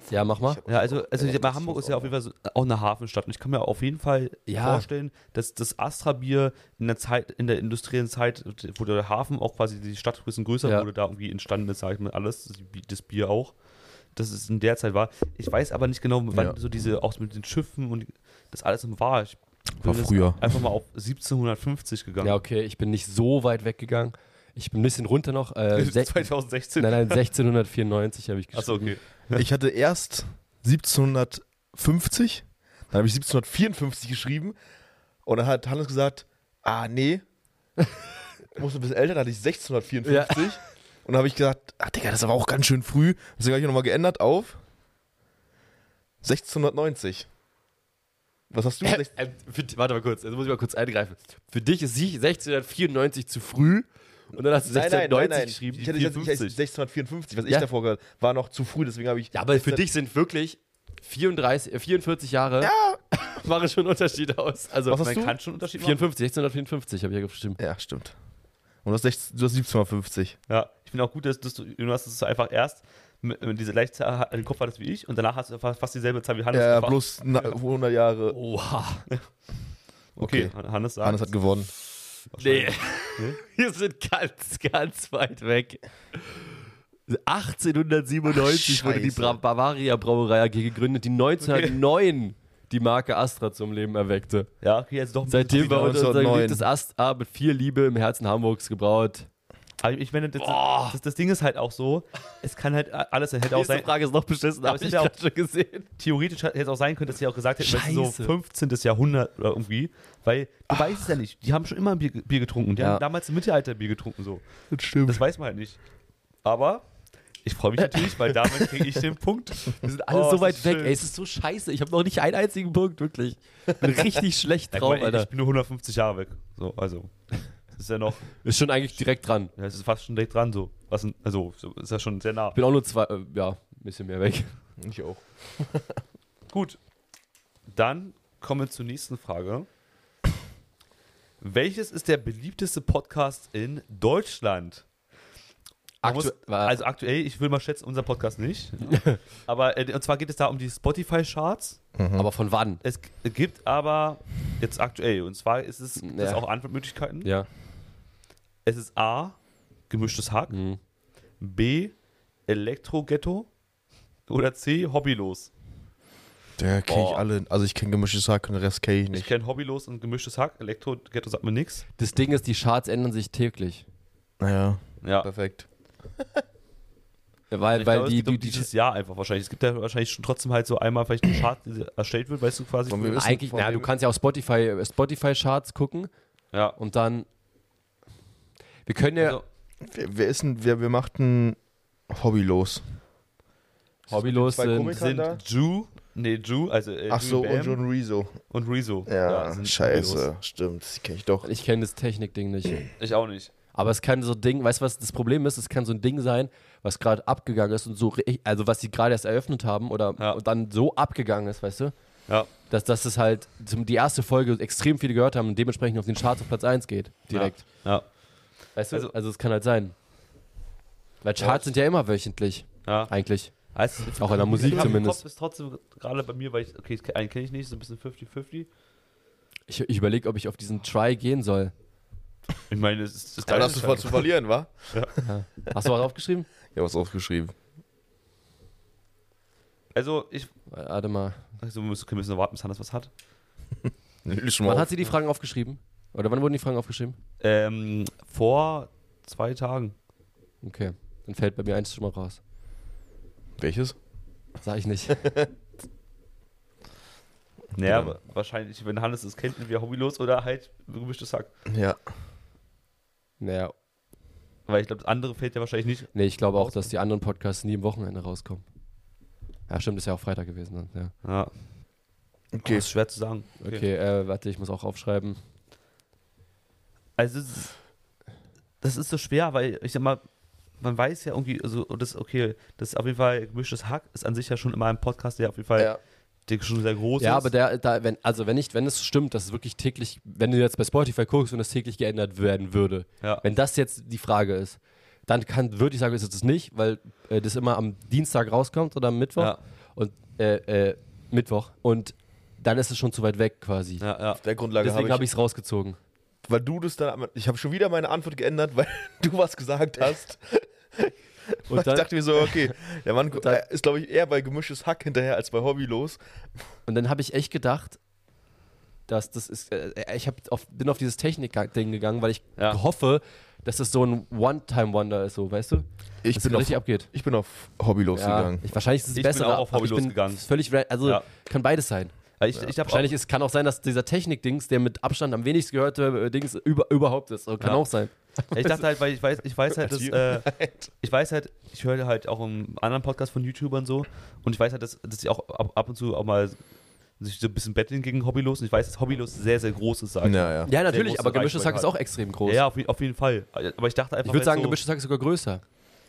Ja, mach mal. Ja, also, also ich, Ja, Äh, das bei Hamburg ist ist ja auf jeden Fall so, äh, auch eine Hafenstadt. Und ich kann mir auf jeden Fall Ja. vorstellen, dass das Astra-Bier in der Zeit, in der industriellen Zeit, wo der Hafen auch quasi die Stadt ein bisschen größer Ja. wurde, da irgendwie entstanden ist, sage ich mal, alles, das Bi- das Bier auch. Dass es in der Zeit war. Ich weiß aber nicht genau, wann Ja. so diese, auch mit den Schiffen und das alles war. Ich bin War jetzt früher. Einfach mal auf 1750 gegangen. Ja, okay, ich bin nicht so weit weggegangen. Ich bin ein bisschen runter noch. Äh, sech- 2016. nein, nein, 1694 habe ich geschrieben. Achso, okay. Ich hatte erst 1750, dann habe ich 1754 geschrieben und dann hat Hannes gesagt, ah nee, ich muss ein bisschen älter, dann hatte ich 1654 und dann habe ich gesagt, ach Digga, das ist aber auch ganz schön früh, deswegen habe ich nochmal geändert auf 1690. Was hast Äh, du? äh, für, di- warte mal kurz, jetzt muss ich mal kurz eingreifen. Für dich ist sie 1694 zu früh und dann hast du 1690 geschrieben. Ich hatte, ich hatte ich hatte 1654, was ich Ja. davor gehört war noch zu früh, deswegen habe ich. Ja, aber für dich sind wirklich 34, äh, 44 Jahre machen schon einen Unterschied aus. Also Was hast Man du? kann schon Unterschied machen. 54, 1654 habe ich ja gestimmt. Ja, stimmt. Und du hast, 16, du hast 1750. Ja, ich finde auch gut, dass, dass du, Jonas, dass du einfach erst mit, mit diese gleiche Zahl im Kopf hattest wie ich und danach hast du einfach fast dieselbe Zahl wie Hannes. Ja, einfach. Oh, bloß na, 100 Jahre. Oha. Okay, Hannes sagt. Hannes hat gewonnen. Nee. Nee? Wir sind ganz, ganz weit weg. 1897 Ach, wurde die Scheiße. Bra Bavaria Brauerei AG gegründet, die 1909 die Marke Astra zum Leben erweckte. ja, okay, jetzt doch ein Seitdem war unser unser 1909. geliebtes Astra mit viel Liebe im Herzen Hamburgs gebraut. Aber ich meine, das, Boah. das, das Ding ist halt auch so, es kann halt alles sein. Hätte auch Nächste sein Frage ist noch beschissen, Aber habe es ich ist ja gerade schon gesehen. theoretisch hätte es auch sein können, dass sie auch gesagt hätten, weißt du, so Scheiße. 15. Jahrhundert oder irgendwie. Weil du weißt es ja nicht. Die haben schon immer Bier, Bier getrunken. Die Ja. haben damals im Mittelalter Bier getrunken. so. Das stimmt. Das weiß man halt nicht. Aber Ich freue mich natürlich, weil damit kriege ich den Punkt. Wir sind alle Oh, so ist weit das weg, schön. ey. Es ist so scheiße. Ich habe noch nicht einen einzigen Punkt, wirklich. Ich bin richtig schlecht Ja, drauf, guck mal, Alter. ich bin nur 150 Jahre weg. So, also. Das ist ja noch, Ist schon eigentlich direkt dran. ja, es ist fast schon direkt dran so. Was denn, also, so, ist ja schon sehr nah. Ich bin auch nur zwei, äh, ja, ein bisschen mehr weg. Ich auch. Gut. Dann kommen wir zur nächsten Frage. Welches ist der beliebteste Podcast in Deutschland? Man muss, Aktu also aktuell, ich will mal schätzen, unser Podcast nicht. aber äh, und zwar geht es da um die Spotify-Charts. aber von wann? Es g- gibt aber jetzt aktuell, und zwar ist es gibt es Ja. auch Antwortmöglichkeiten. Ja. Es ist A, gemischtes Hack, Mhm. B, Elektro-Ghetto oder C, Hobbylos. Der kenne ich Boah. alle. Also ich kenne gemischtes Hack und den Rest kenne ich Ich nicht. kenne Hobbylos und gemischtes Hack, Elektro-Ghetto sagt mir nichts. Das Ding ist, die Charts ändern sich täglich. Naja, Ja, perfekt. Weil, Ich weil glaube, die, es die, gibt die, die, dieses Jahr einfach wahrscheinlich. Es gibt ja wahrscheinlich schon trotzdem halt so einmal vielleicht einen Chart, der erstellt wird, weißt du quasi. Wollen wir- eigentlich, von na, dem- du kannst ja auch Spotify, Spotify Charts gucken ja. und dann. Wir können ja. Also, Wer, wer ist denn, wer, wir machten Hobbylos. hobbylos Zwei sind. Komiker? sind da? Ju, nee, Ju, also äh, Ach so, Julian und Bam John Rezo. und Rezo. Ja, sind scheiße. Hobbylos. Stimmt, die kenne ich doch. Ich kenne das Technikding nicht. Ich auch nicht. Aber es kann so ein Ding, weißt du, was das Problem ist? Es kann so ein Ding sein, was gerade abgegangen ist und so, ri- also was sie gerade erst eröffnet haben oder Ja. und dann so abgegangen ist, weißt du? Ja, Dass, dass es halt zum, die erste Folge extrem viele gehört haben und dementsprechend auf den Charts auf Platz 1 geht. Direkt. ja, Weißt du? Also, Also- es kann halt sein. Weil Charts sind ja immer wöchentlich, ja. eigentlich. Also, Auch in der Musik ich glaub, zumindest. Kopf ist trotzdem gerade bei mir, weil ich, okay, einen kenne ich nicht, so ein bisschen 50-50. Ich, ich überlege, ob ich auf diesen Try gehen soll. Ich meine, es ist das Da hast du was zu verlieren, wa? Hast du was aufgeschrieben? Ja, was aufgeschrieben. Also, ich, Warte mal. also wir müssen, okay, wir müssen noch warten, bis Hannes was hat. Schon Wann mal hat sie die Fragen aufgeschrieben? Oder wann wurden die Fragen aufgeschrieben? Ähm, vor zwei Tagen. Okay. Dann fällt bei mir eins schon mal raus. auf. Welches? Sag ich nicht. Naja, Genau. wa- wahrscheinlich, wenn Hannes es kennt, wir Hobbylos oder halt gemischtes Hack. Ja. naja, Weil ich glaube, das andere fällt ja wahrscheinlich nicht. Nee, ich glaube auch, dass die anderen Podcasts nie am Wochenende rauskommen. Ja, stimmt, ist ja auch Freitag gewesen. Dann, ja. Ja. Okay. Ah, ist schwer zu sagen. Okay, äh, warte, ich muss auch aufschreiben. Also, es ist- das ist so schwer, weil ich sag mal, man weiß ja irgendwie, also, und das, okay, das ist auf jeden Fall gemischtes Hack, ist an sich ja schon immer ein Podcast, der auf jeden Fall Ja. der schon sehr groß ja, ist. aber der, da, wenn, also wenn nicht, wenn es stimmt, dass es wirklich täglich, wenn du jetzt bei Spotify guckst und es täglich geändert werden würde, Ja. wenn das jetzt die Frage ist, dann kann, würde ich sagen, ist es das nicht, weil äh, das immer am Dienstag rauskommt oder am Mittwoch Ja. und äh, äh, Mittwoch und dann ist es schon zu weit weg quasi. ja, ja. Auf der Grundlage Deswegen habe habe ich, ich es rausgezogen. Weil du das dann. Ich habe schon wieder meine Antwort geändert, weil du was gesagt hast. Und ich dann- dachte mir so, okay, der Mann dann- äh, ist, glaube ich, eher bei gemischtes Hack hinterher als bei Hobbylos. Und dann habe ich echt gedacht, dass das ist. Äh, ich hab auf, bin auf dieses Technik-Ding gegangen, weil ich Ja. hoffe, dass das so ein One-Time-Wonder ist, so, weißt du? Ich Dass bin es auf, richtig abgeht. ich bin auf Hobbylos Ja, gegangen. ich, wahrscheinlich ist es Ich bin besser. auch auf Hobby losgegangen. Völlig, ra- also Ja. kann beides sein. Aber Ich, ich hab Wahrscheinlich ist, kann auch sein, dass dieser Technik-Dings, der mit Abstand am wenigsten gehörte äh, Dings über, überhaupt ist. Kann Ja. auch sein. Auch, ich dachte halt, weil ich weiß, ich weiß halt, dass, äh, Halt. ich weiß halt, ich höre halt auch im anderen Podcast von YouTubern so und ich weiß halt, dass, dass sie auch ab, ab und zu auch mal sich so ein bisschen betteln gegen Hobbylos und ich weiß, dass Hobbylos sehr, sehr groß ist, sag ich. Ja, ja. Ja, natürlich, große aber gemischtes Hack Reichweite ist auch extrem groß. Ja, auf, je- auf jeden Fall. Aber ich dachte einfach, ich würde wenn sagen, so, gemischtes Hack ist sogar größer.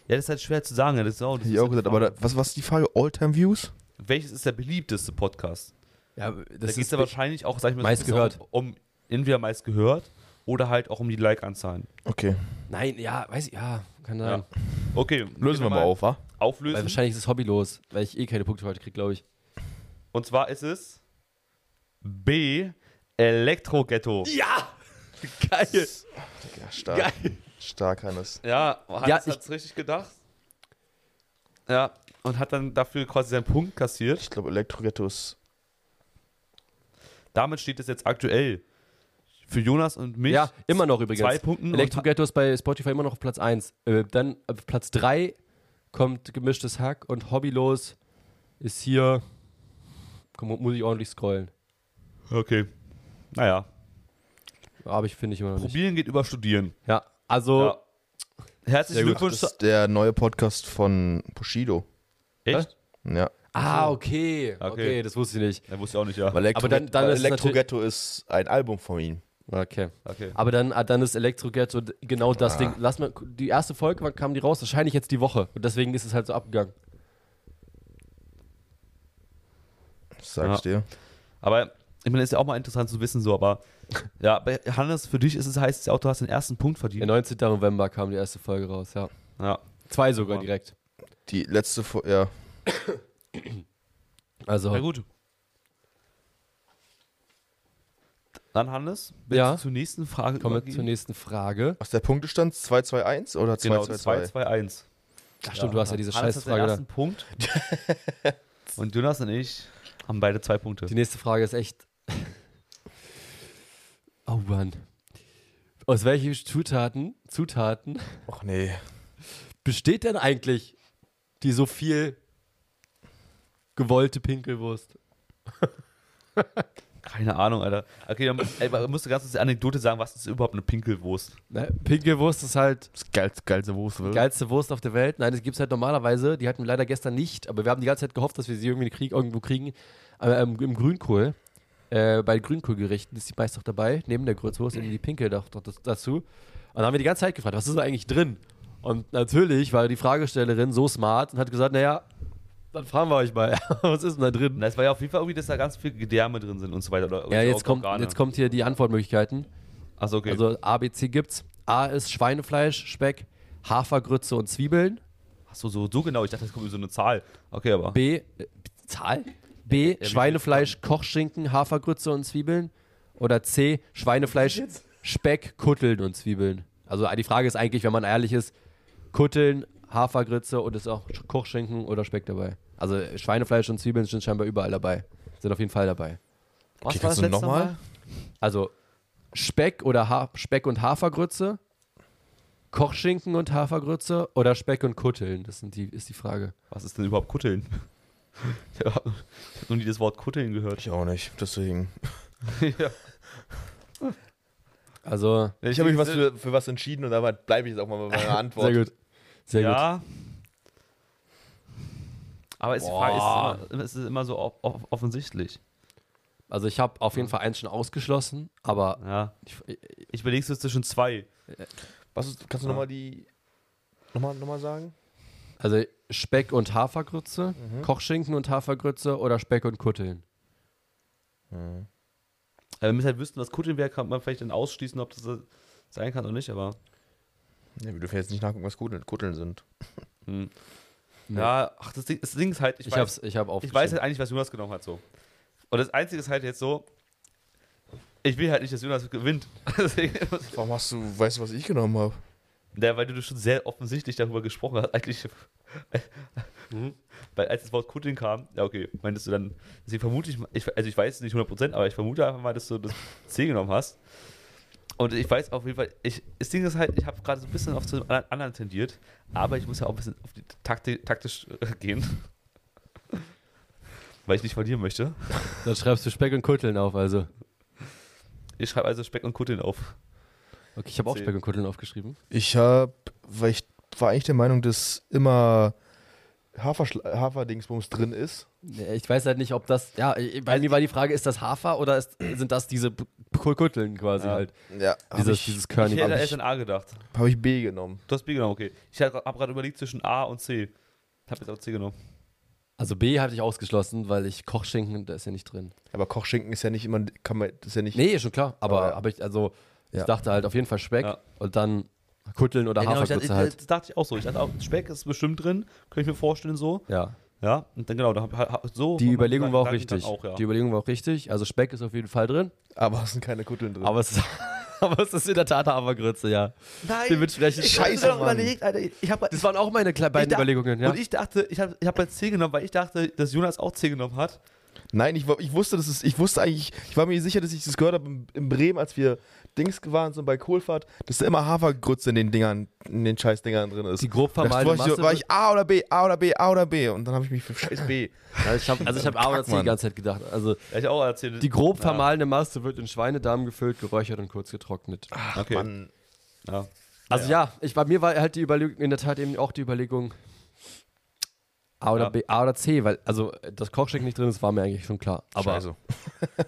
Ja, das ist halt schwer zu sagen. ja, Das ist auch, das Hätte ist ich auch halt gesagt, die aber Frage. da, was, was ist die Frage? All-Time-Views? Welches ist der beliebteste Podcast? Ja, Das da geht ja wahrscheinlich auch, sag ich mal, Meist es geht gehört. auch um entweder meist gehört oder halt auch um die Like-Anzahlen. Okay. Nein, ja, weiß ich, ja, kann sein. Ja. Okay, gehen Lösen wir mal auf, wa? Weil Auflösen. wahrscheinlich ist es hobbylos, weil ich eh keine Punkte heute kriege, glaube ich. Und zwar ist es B. Elektro-Ghetto. Ja! Geil! Ja, stark. Geil. Stark, Hannes. Ja, Hans Ja, hat's ich- hat es richtig gedacht. Ja, und hat dann dafür quasi seinen Punkt kassiert. Ich glaube, Elektro-Ghetto ist. Damit steht es jetzt aktuell für Jonas und mich. Ja, immer noch übrigens. Zwei Punkten und Electro ha- Ghetto ist bei Spotify immer noch auf Platz 1. Äh, dann auf Platz 3 kommt gemischtes Hack und Hobbylos ist hier. Komm, muss ich ordentlich scrollen. Okay. Naja. Aber ich finde ich immer noch nicht. Probieren geht über Studieren. Ja, also Ja. Herzlichen Sehr gut. Glückwunsch. Das ist der neue Podcast von Bushido. Echt? Ja. Ah, okay. okay. Okay. das wusste ich nicht. Ja, wusste ich auch nicht, ja. Weil Elektro Aber dann- dann weil ist es Elektro Ghetto ist ein Album von ihm. Okay. Okay. Aber dann, ah, dann ist Elektro-Ghetto d- genau das Ah. Ding. Lass mal, die erste Folge, wann kam die raus? Wahrscheinlich jetzt die Woche. Und deswegen ist es halt so abgegangen. Das sag ich dir. Aber ich meine, ist ja auch mal interessant zu wissen, so, aber ja, aber Hannes, für dich ist es heißt es ja auch, du hast den ersten Punkt Der verdient. 19. November kam die erste Folge raus, ja. Ja. Zwei sogar Mann. direkt. Die letzte Folge, ja. Also, Na gut. Dann Hannes, willst Ja. du zur nächsten Frage kommen wir übergehen? zur nächsten Frage. Was der Punktestand? 2-2-1 oder Genau, 2-2-2? 2-2-1. Ach stimmt, du hast ja diese Hannes hat den Scheißfrage da. ersten Punkt. und Jonas und ich haben beide zwei Punkte. Die nächste Frage ist echt. Oh Mann. Aus welchen Zutaten, Zutaten Ach nee. besteht denn eigentlich die so viel gewollte Pinkelwurst? Keine Ahnung, Alter. Okay, dann ey, aber musst du ganz kurz die Anekdote sagen, was ist überhaupt eine Pinkelwurst? Ne? Pinkelwurst ist halt Das geilste, geilste Wurst, die will. geilste Wurst auf der Welt. Nein, das gibt es halt normalerweise. Die hatten wir leider gestern nicht, aber wir haben die ganze Zeit gehofft, dass wir sie irgendwie krieg, irgendwo kriegen. Aber, ähm, Im Grünkohl. Äh, bei Grünkohlgerichten ist die meist doch dabei, neben der Grützwurst, irgendwie die Pinkel doch, doch das, dazu. Und dann haben wir die ganze Zeit gefragt, was ist da eigentlich drin? Und natürlich war die Fragestellerin so smart und hat gesagt, naja, dann fragen wir euch mal, was ist denn da drin? Und das war ja auf jeden Fall irgendwie, dass da ganz viele Gedärme drin sind und so weiter. Oder Ja, oder jetzt kommt, Organe. jetzt kommt hier die Antwortmöglichkeiten. Achso, okay. Also A, B, C gibt's. A ist Schweinefleisch, Speck, Hafergrütze und Zwiebeln. Achso, so, so genau. Ich dachte, das kommt über so eine Zahl. Okay, aber. B, äh, Zahl? B, viel Schweinefleisch, Kochschinken, Hafergrütze und Zwiebeln. Oder C, Schweinefleisch, Speck, Kutteln und Zwiebeln. Also äh, die Frage ist eigentlich, wenn man ehrlich ist, Kutteln, Hafergrütze und ist auch Sch- Kochschinken oder Speck dabei. Also äh, Schweinefleisch und Zwiebeln sind scheinbar überall dabei. Sind auf jeden Fall dabei. was Okay, kannst du nochmal? Also Speck oder ha Speck und Hafergrütze, Kochschinken und Hafergrütze oder Speck und Kutteln. Das sind die, ist die Frage. Was ist denn überhaupt Kutteln? ich habe noch nie das Wort Kutteln gehört. Ich auch nicht, deswegen. Also Ich habe mich was für, für was entschieden und damit bleibe ich jetzt auch mal bei meiner Antwort. sehr gut, sehr gut. Ja. Aber ist die Boah. Frage, ist es immer, ist es immer so off off offensichtlich? Also ich habe auf jeden Fall eins schon ausgeschlossen, aber Ja. ich, Ich überlege es zwischen zwei. Äh, Was ist, kannst du nochmal die. Nochmal noch mal sagen? also Speck und Hafergrütze, Mhm. Kochschinken und Hafergrütze oder Speck und Kutteln. Aber wenn wir halt wüssten, was Kutteln wäre, kann man vielleicht dann ausschließen, ob das äh, sein kann oder nicht, aber. Ne, wir dürfen jetzt nicht nachgucken, was Kutteln, Kutteln sind. Hm. Nee. Ja, ach, das Ding, das Ding ist halt, ich, Ich, weiß, hab's, ich habe ich weiß halt eigentlich, was Jonas genommen hat, so. Und das Einzige ist halt jetzt so, ich will halt nicht, dass Jonas gewinnt. Deswegen muss ich- Warum hast du, weißt du, was ich genommen habe? Na, weil du schon sehr offensichtlich darüber gesprochen hast, eigentlich. Weil als das Wort Kutteln kam, ja okay, meintest du dann, deswegen vermute ich, mal- ich also ich weiß es nicht 100%, aber ich vermute einfach mal, dass du das C genommen hast. Und ich weiß auf jeden Fall, ich, das Ding ist halt, ich habe gerade so ein bisschen auf zu dem anderen- anderen tendiert, aber ich muss ja auch ein bisschen auf die Taktik, taktisch äh, gehen. Weil ich nicht verlieren möchte. Dann schreibst du Speck und Kutteln auf, also. Ich schreibe also Speck und Kutteln auf. Okay, ich habe auch Zehn. Speck und Kutteln aufgeschrieben. Ich habe, weil ich war eigentlich der Meinung, dass immer Haferschla- Haferdingsbums drin ist. Nee, Ich weiß halt nicht, ob das, ja, ich- bei mir war die Frage, ist das Hafer oder ist, sind das diese B- K- Kutteln quasi Ja. halt? Ja, habe Dieses, ich, dieses Ich Körnige. hätte Aber erst ich- an A gedacht. hab ich B genommen. Du hast B genommen, okay. Ich habe gerade überlegt zwischen A und C. Ich habe jetzt auch C genommen. Also B hatte ich ausgeschlossen, weil ich Kochschinken, da ist ja nicht drin. Aber Kochschinken ist ja nicht immer, kann man, das ist ja nicht. Nee, schon klar, aber Aber ja. habe ich, also, ich Ja. dachte halt auf jeden Fall Speck Ja. und dann Kutteln oder Ja, genau, ich Hafergrütze dachte, halt. Das dachte ich auch so. Ich dachte auch, Speck ist bestimmt drin, könnte ich mir vorstellen so. Ja. Ja, und dann genau, da hab, hab, so. Die war mein Überlegung war auch Gedankengang richtig. Auch, Die ja. Überlegung war auch richtig. Also Speck ist auf jeden Fall drin, Aber es sind keine Kutteln drin. aber es ist, aber es ist in der Tat eine Hafergrütze, ja. Nein, Dementsprechend. ich habe Scheiße, mir Mann. überlegt, Alter. Ich habe Das waren auch meine kle- beiden Überlegungen, ja. Und ich dachte, ich habe ich hab jetzt C genommen, weil ich dachte, dass Jonas auch C genommen hat. Nein, ich, wa- ich wusste, dass es, ich wusste eigentlich, ich war mir sicher, dass ich das gehört habe in, in Bremen, als wir Dings waren, so bei Kohlfahrt, dass da immer Hafergrütze in den Dingern, in den Scheißdingern drin ist. Die grob Da vermahlene war ich, so- Masse war wird- ich A oder B, A oder B, A oder B und dann habe ich mich für Scheiß B. also ich habe also ich hab A oder Kack, C die Mann. ganze Zeit gedacht. Also Ja, Ich auch erzählt. die grob Ah, vermahlene Masse wird in Schweinedarm gefüllt, geräuchert und kurz getrocknet. Okay. Mann. Ja. Also ja, ich, bei mir war halt die Überlegung, in der Tat eben auch die Überlegung A oder, Ja. B, A oder C, weil also äh, das Kochsteck nicht drin ist, war mir eigentlich schon klar. Aber Scheiße.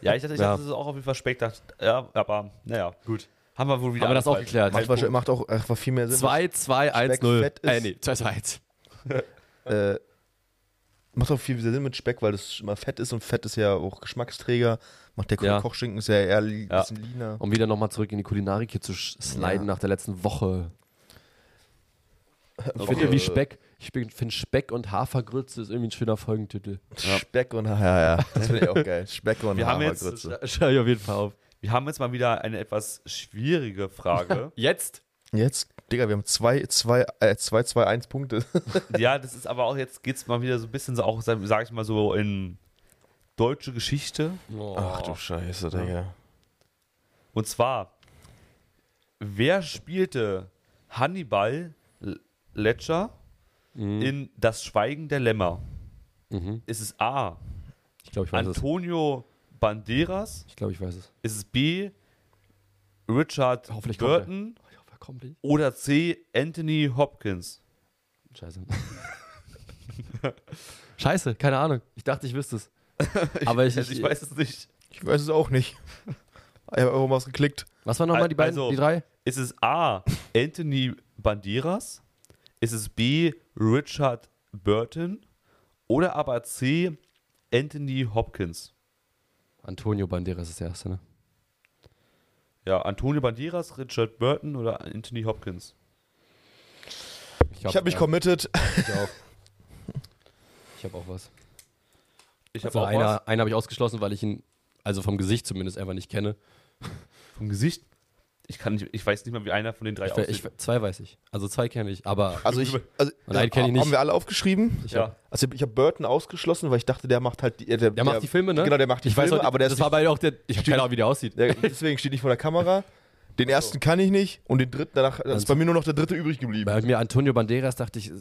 Ja, ich dachte, ich Ja. dachte, das ist auch auf jeden Fall Speck. Dachte, ja, aber naja. Gut. Haben wir wohl wieder. haben wir das auch alles geklärt. Macht, wahrscheinlich- macht auch einfach viel mehr Sinn. 2, 2, 1, Speck 0. fett ist- Äh, nee, 2, 2, 1. Äh, macht auch viel Sinn mit Speck, weil das immer Fett ist und Fett ist ja auch Geschmacksträger. Macht der Ja. Kochschinken ist ja eher li Ja. bisschen leaner. Um wieder nochmal zurück in die Kulinarik hier zu sch- sliden Ja. nach der letzten Woche. Ich Okay. finde irgendwie Speck, ich finde Speck und Hafergrütze ist irgendwie ein schöner Folgentitel. Ja. Speck und Haar, ja, ja. Das finde ich auch geil. Speck und Wir haben jetzt- Hafergrütze. Schau ich auf jeden Fall auf. Wir haben jetzt mal wieder eine etwas schwierige Frage. Jetzt? Jetzt, Digga, wir haben 2, 2, äh, 2, 2, 1 Punkte. ja, das ist aber auch jetzt geht's mal wieder so ein bisschen so auch, sag sag ich mal so in deutsche Geschichte. Oh. Scheiße, Digga. Und zwar, wer spielte Hannibal L- Ledger in Das Schweigen der Lämmer? Mhm. Ist es A. Ich glaube, ich weiß es. Antonio Banderas? Ich glaube, ich weiß es. Ist es B. Richard Hoffentlich kommt er. Burton? Ich hoffe, er kommt nicht. Oder C. Anthony Hopkins? Scheiße. Scheiße, keine Ahnung. Ich dachte, ich wüsste es. Aber ich- also ich weiß es nicht. Ich weiß es auch nicht. Ich habe irgendwas geklickt. Was waren nochmal die beiden, Also- die drei? Ist es A. Anthony Banderas? Ist es B. Richard Burton? Oder aber C. Anthony Hopkins? Antonio Banderas ist der erste, ne? Ja, Antonio Banderas, Richard Burton oder Anthony Hopkins? glaub, Ich habe mich ja, committed. Ich auch. Ich habe auch was. Ich Also einer, einen habe ich ausgeschlossen, weil ich ihn, also vom Gesicht zumindest, einfach nicht kenne. vom Gesicht. Ich, kann nicht, ich weiß nicht mal, wie einer von den drei Ich, we- aussieht. ich, we- zwei weiß ich. Also zwei kenne ich, aber Also ich, also, Und einen kenn ich nicht. haben wir alle aufgeschrieben? ich ja. hab- Also ich habe Burton ausgeschlossen, weil ich dachte, der macht halt die, der, der macht die Filme, ne? Genau, der macht die ich Filme, weiß auch, aber der das ist war bei auch der. Ich habe keine Ahnung, wie der aussieht. Der, deswegen steht nicht vor der Kamera. Den ersten kann ich nicht und den dritten, danach da ist bei mir nur noch der dritte übrig geblieben. Bei mir Antonio Banderas dachte ich,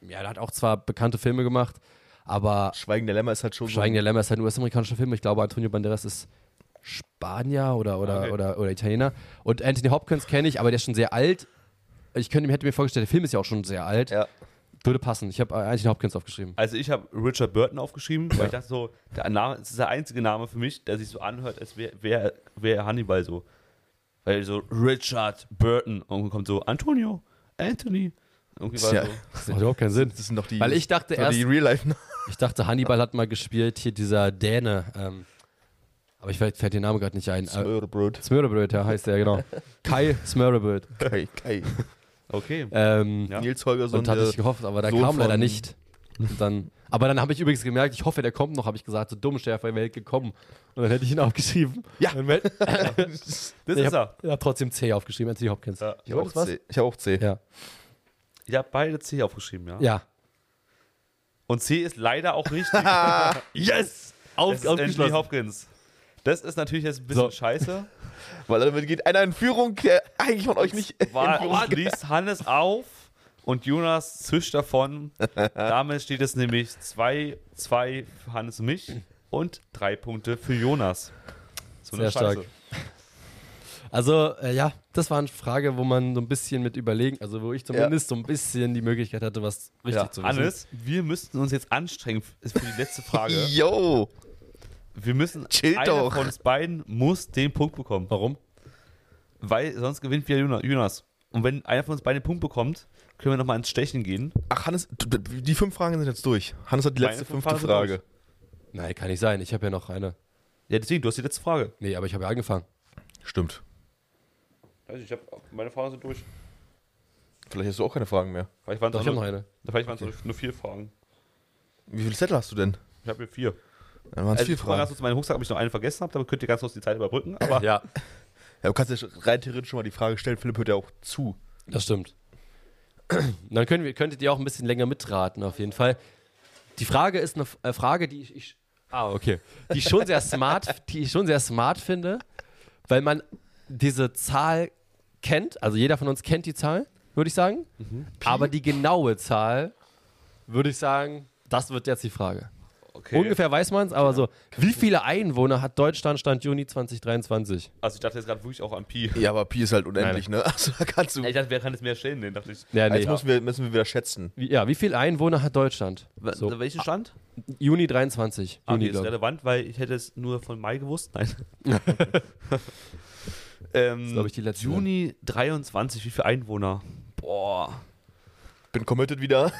ja, der hat auch zwar bekannte Filme gemacht, aber Schweigen der Lämmer ist halt schon Schweigen der Lämmer ist halt ein US-amerikanischer Film. Ich glaube, Antonio Banderas ist Spanier oder, oder, Okay. oder, oder Italiener. Und Anthony Hopkins kenne ich, aber der ist schon sehr alt. Ich könnte, hätte mir vorgestellt, der Film ist ja auch schon sehr alt. Ja. Würde passen. Ich habe Anthony Hopkins aufgeschrieben. Also ich habe Richard Burton aufgeschrieben, weil ich dachte so, der Name, das ist der einzige Name für mich, der sich so anhört, als wäre wär, wär Hannibal so. Weil so Richard Burton und dann kommt so Antonio, Anthony. Irgendwie war Tja. so. Das macht überhaupt keinen Sinn. Das sind doch die, Weil ich dachte das sind doch erst, die Real Life. ich dachte, Hannibal hat mal gespielt, hier dieser Däne. Ähm, aber ich fällt, fällt den Namen gerade nicht ein. Äh, Smörrebrot. Smørrebrød, ja, heißt der, genau. Kai Smørrebrød. Kai, Kai. Okay. Ähm, Ja. Nils Holgersson. und hatte der- ich gehofft, aber der Sohn kam leider von- nicht. Und dann, aber dann habe ich übrigens gemerkt, ich hoffe, der kommt noch, habe ich gesagt, so dumm ist der auf der Welt gekommen. Und dann hätte ich ihn aufgeschrieben. Ja. Dann wär- Das ich ist er. habe hab trotzdem C aufgeschrieben, Anthony Hopkins. Ja. ich habe Wolltest was? auch C. Ich hab auch C. Ja. Ich habe beide C aufgeschrieben, ja. Ja. Und C ist leider auch richtig. Yes! Auf, Das ist Anthony Hopkins. Das ist natürlich jetzt ein So. bisschen scheiße. Weil damit geht einer in Führung, der eigentlich von euch nicht in Führung War, geht. ließ Hannes auf und Jonas zischt davon. Damit steht es nämlich 2-2 für Hannes und mich und drei Punkte für Jonas. So Sehr stark. Also, äh, ja, das war eine Frage, wo man so ein bisschen mit überlegen, also wo ich zumindest so ein bisschen die Möglichkeit hatte, was richtig Ja, zu wissen. Hannes, wir müssten uns jetzt anstrengen für die letzte Frage. Yo! Wir müssen, Chill einer doch. von uns beiden muss den Punkt bekommen. Warum? Weil sonst gewinnt wieder Jona- Jonas. Und wenn einer von uns beiden den Punkt bekommt, können wir nochmal ins Stechen gehen. Ach, Hannes, du- du- die fünf Fragen sind jetzt durch. Hannes hat die Meine letzte fünf fünfte Fragen sind Frage. Nein, kann nicht sein. Ich habe ja noch eine. Ja, deswegen, du hast die letzte Frage. Nee, aber ich habe ja angefangen. Stimmt. Also ich hab, meine Fragen sind durch. Vielleicht hast du auch keine Fragen mehr. Vielleicht waren Doch, es ich habe nur, noch eine. vielleicht waren's nur- nur vier Fragen. Wie viele Zettel hast du denn? Ich habe hier vier. Dann waren es Also vier ich frage ganz Fragen. kurz meinen Rucksack, ob ich noch einen vergessen habe, damit könnt ihr ganz kurz die Zeit überbrücken. Aber Ja, Ja, du kannst ja sch- rein theoretisch schon mal die Frage stellen. Philipp hört ja auch zu. Das stimmt. Dann können wir, könntet ihr auch ein bisschen länger mitraten, auf jeden Fall. Die Frage ist eine F- äh, Frage, die ich, ich ah, okay. die ich schon sehr smart, die ich schon sehr smart finde, weil man diese Zahl kennt, also jeder von uns kennt die Zahl, würde ich sagen. Mhm. Aber die genaue Zahl, würde ich sagen, das wird jetzt die Frage. Okay. Genau. Ungefähr weiß man es, aber so, wie viele Einwohner hat Deutschland Stand Juni 2023? Also ich dachte jetzt gerade wirklich auch an Pi. Ja, aber Pi ist halt unendlich, ne? Also da kannst du. Ich dachte, wer kann es mehr stellen? denn? dachte ich. Ja, Jetzt müssen wir, müssen wir wieder schätzen. Wie, ja, wie viele Einwohner hat Deutschland? Wa- So, Welchen Stand? Juni 23. Ah, Juni, die ist glaub ich. relevant, weil ich hätte es nur von Mai gewusst. Nein. ähm, glaub ich, die letzte Juni 23, wie viele Einwohner? Boah. Bin committed wieder.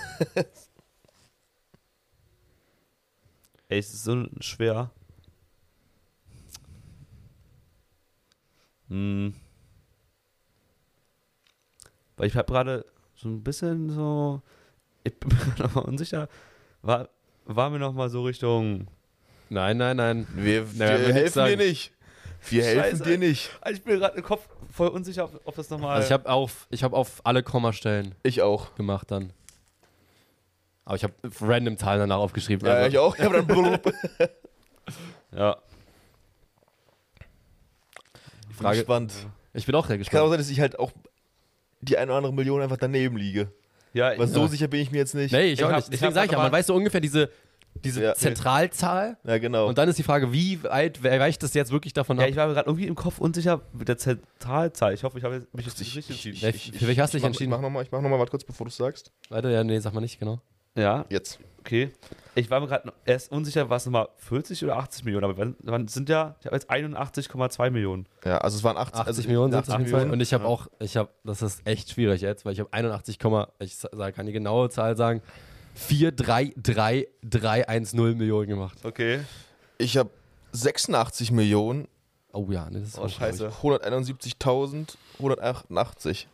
Ey, es ist so schwer. Hm. Weil ich habe gerade so ein bisschen so. Ich bin mir noch mal unsicher. War, war mir noch mal so Richtung. Nein, nein, nein. Wir, wir wir haben nichts helfen dir sagen. nicht. Wir helfen Scheiße. dir nicht. ah, Ich bin gerade im Kopf voll unsicher, ob, ob das nochmal. Also ich habe auf, ich hab auf alle Kommastellen Ich auch. gemacht dann. Aber ich habe random Zahlen danach aufgeschrieben. Ja, also. ich auch. Ja, aber dann ja. ich Frage- gespannt. Ich bin auch sehr Kann auch gespannt. sein, dass ich halt auch die eine oder andere Million einfach daneben liege. Ja, Weil so ja. sicher bin ich mir jetzt nicht. Nee, ich, Ich auch hab- nicht. ich Deswegen hab sage ich ja, man aber- weiß so ungefähr diese, diese Ja. Zentralzahl. Ja, genau. Und dann ist die Frage, wie weit we- weicht das jetzt wirklich davon ja, ab? ich war mir gerade irgendwie im Kopf unsicher mit der Zentralzahl. Ich hoffe, ich habe jetzt- mich jetzt Ich- richtig ich- entschieden. Ja, ich- für welche hast du ich dich mach, entschieden? Mach nochmal noch mal was kurz, bevor du es sagst. Weiter? Ja, nee, sag mal nicht, genau. Ja, Jetzt. okay. Ich war mir gerade noch- erst unsicher, was nochmal 40 oder 80 Millionen, aber wann, wann sind ja, ich habe jetzt 81,2 Millionen. Ja, also es waren 80, 80 also Millionen sind es auf 80 jeden Fall. Und Millionen. ich habe auch, ich habe, das ist echt schwierig jetzt, weil ich habe 81, Komma- ich sa- sag- kann die genaue Zahl sagen, 433310 Millionen gemacht. Okay. Ich habe 86 Millionen, Oh ja, nee, das ist Oh, auch scheiße. 171.188.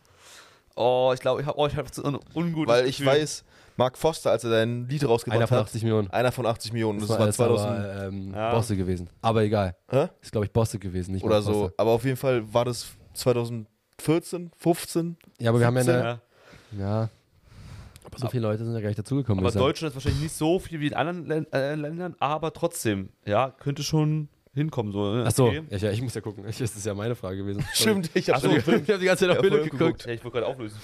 Oh, ich glaube, ich habe oh, ich hab so ein ungutes Weil ich Gefühl. weiß, Mark Foster, als er sein Lied schwierig. Einer rausgebracht von hat, 80 Millionen. einer von 80 Millionen. Ah, Das, war alles 2000 aber, ähm, Ja. Bosse gewesen. Aber egal. Hä? Ist, glaube ich, Bosse gewesen. Nicht oder Mark so. Bosse. Aber auf jeden Fall war das 2014, 15. Ja, aber wir haben ja ne? eine. Ja. Ja. So viele Leute sind ja gar nicht dazugekommen. Aber würde ich sagen. Deutschland ist wahrscheinlich nicht so viel wie in anderen Län äh, Ländern, aber trotzdem, ja, könnte schon hinkommen. So, ne? Ach so, Okay. ich, ja, ich muss ja gucken. Ich, das ist ja meine Frage gewesen. Stimmt, ich Ach so, habe Sorry. Ich habe die ganze Zeit auf Ja, voll Bilder geguckt. geguckt. Ja, ich wollte gerade auflösen.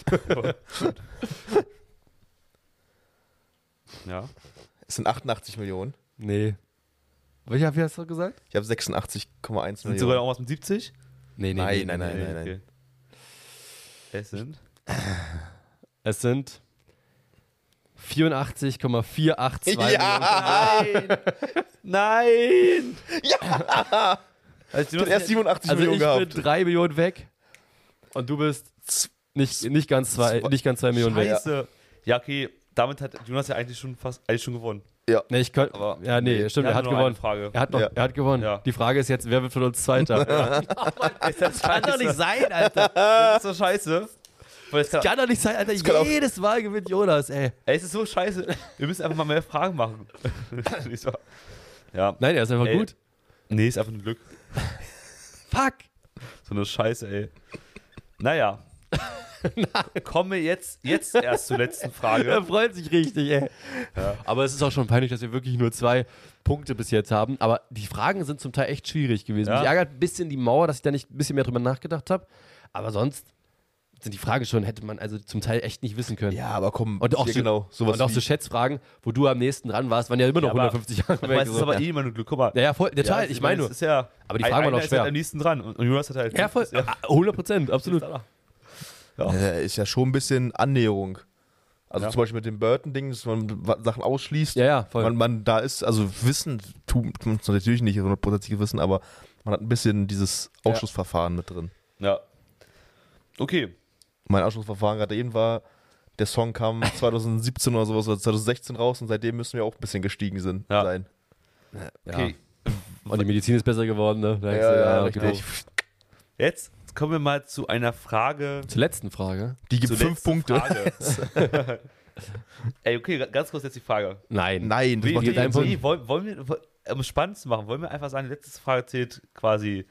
ja. Es sind 88 Millionen. Nee. Wie hab- wie hast du gesagt? Ich habe 86,1 Sind sogar Millionen. auch was mit 70? Nee, nee. Nein, nee, nein, nee, nein, nee. nein, nein. okay. Es sind. Es sind 84,482 Ja! Nein! Nein! Ich Also, hab erst 87 Also ich Millionen gehabt. bin 3 Millionen weg und du bist nicht, nicht ganz 2 Zwei- nicht ganz zwei Millionen weg. Scheiße. Ja, okay, damit hat Jonas ja eigentlich schon fast eigentlich schon gewonnen. Nee, ich könnt, Aber- ja, nee, stimmt, er Wir hat hatten nur gewonnen. Eine Frage. Er hat, noch, Ja. er hat gewonnen. Ja. Die Frage ist jetzt, wer wird von uns Zweiter? das kann doch nicht sein, Alter. Das ist so scheiße. Weil es kann, Kann doch nicht sein, Alter. kann auch- Jedes Mal gewinnt Jonas, ey. ey, es ist so scheiße. Wir müssen einfach mal mehr Fragen machen. Nicht wahr? ja. Nein, er ist einfach Ey. gut. Nee, ist einfach ein Glück. Fuck. So eine Scheiße, ey. Naja. Komme jetzt, jetzt erst zur letzten Er Frage. freut sich richtig, ey. Ja. Aber es ist auch schon peinlich, dass wir wirklich nur zwei Punkte bis jetzt haben. Aber die Fragen sind zum Teil echt schwierig gewesen. Ja. Mich ärgert ein bisschen die Mauer, dass ich da nicht ein bisschen mehr drüber nachgedacht habe. Aber sonst sind die Fragen schon, hätte man also zum Teil echt nicht wissen können. Ja, aber komm. Und auch, hier so, genau, sowas und auch wie- so Schätzfragen, wo du am nächsten dran warst, waren ja immer noch Ja, aber- 150 Jahre Aber weg. es ist So. aber eh immer nur Glück. Guck mal. ja, ja, voll, total, es- ich meine nur. es Ist ja, Aber die ein- Fragen waren einer doch ist schwer. Halt am nächsten dran. Und, und Jonas hat halt. Ja, voll, ist 100 Prozent, absolut. Äh, ist ja schon ein bisschen Annäherung. Also Ja. zum Beispiel mit dem Burton-Ding, dass man wa- Sachen ausschließt. Ja, ja, voll. Man, man da ist, also Wissen tut man natürlich nicht, hundertprozentiges Wissen, aber man hat ein bisschen dieses Ausschlussverfahren mit drin. Ja. Okay. Mein Ausschlussverfahren gerade eben war, der Song kam 2017 oder sowas oder 2016 raus und seitdem müssen wir auch ein bisschen gestiegen sind, Ja. sein. okay. Ja. Und die Medizin ist besser geworden, ne? Da denkst du, okay. Jetzt kommen wir mal zu einer Frage. Zur letzten Frage. Die gibt zur fünf letzten Punkte. Frage. Ey, okay, ga- ganz kurz jetzt die Frage. Nein. Nein, das Wie, macht wie, ja keinen Sinn. wie, wollen, wollen wir, wo- um es spannend zu machen, wollen wir einfach sagen, die letzte Frage zählt quasi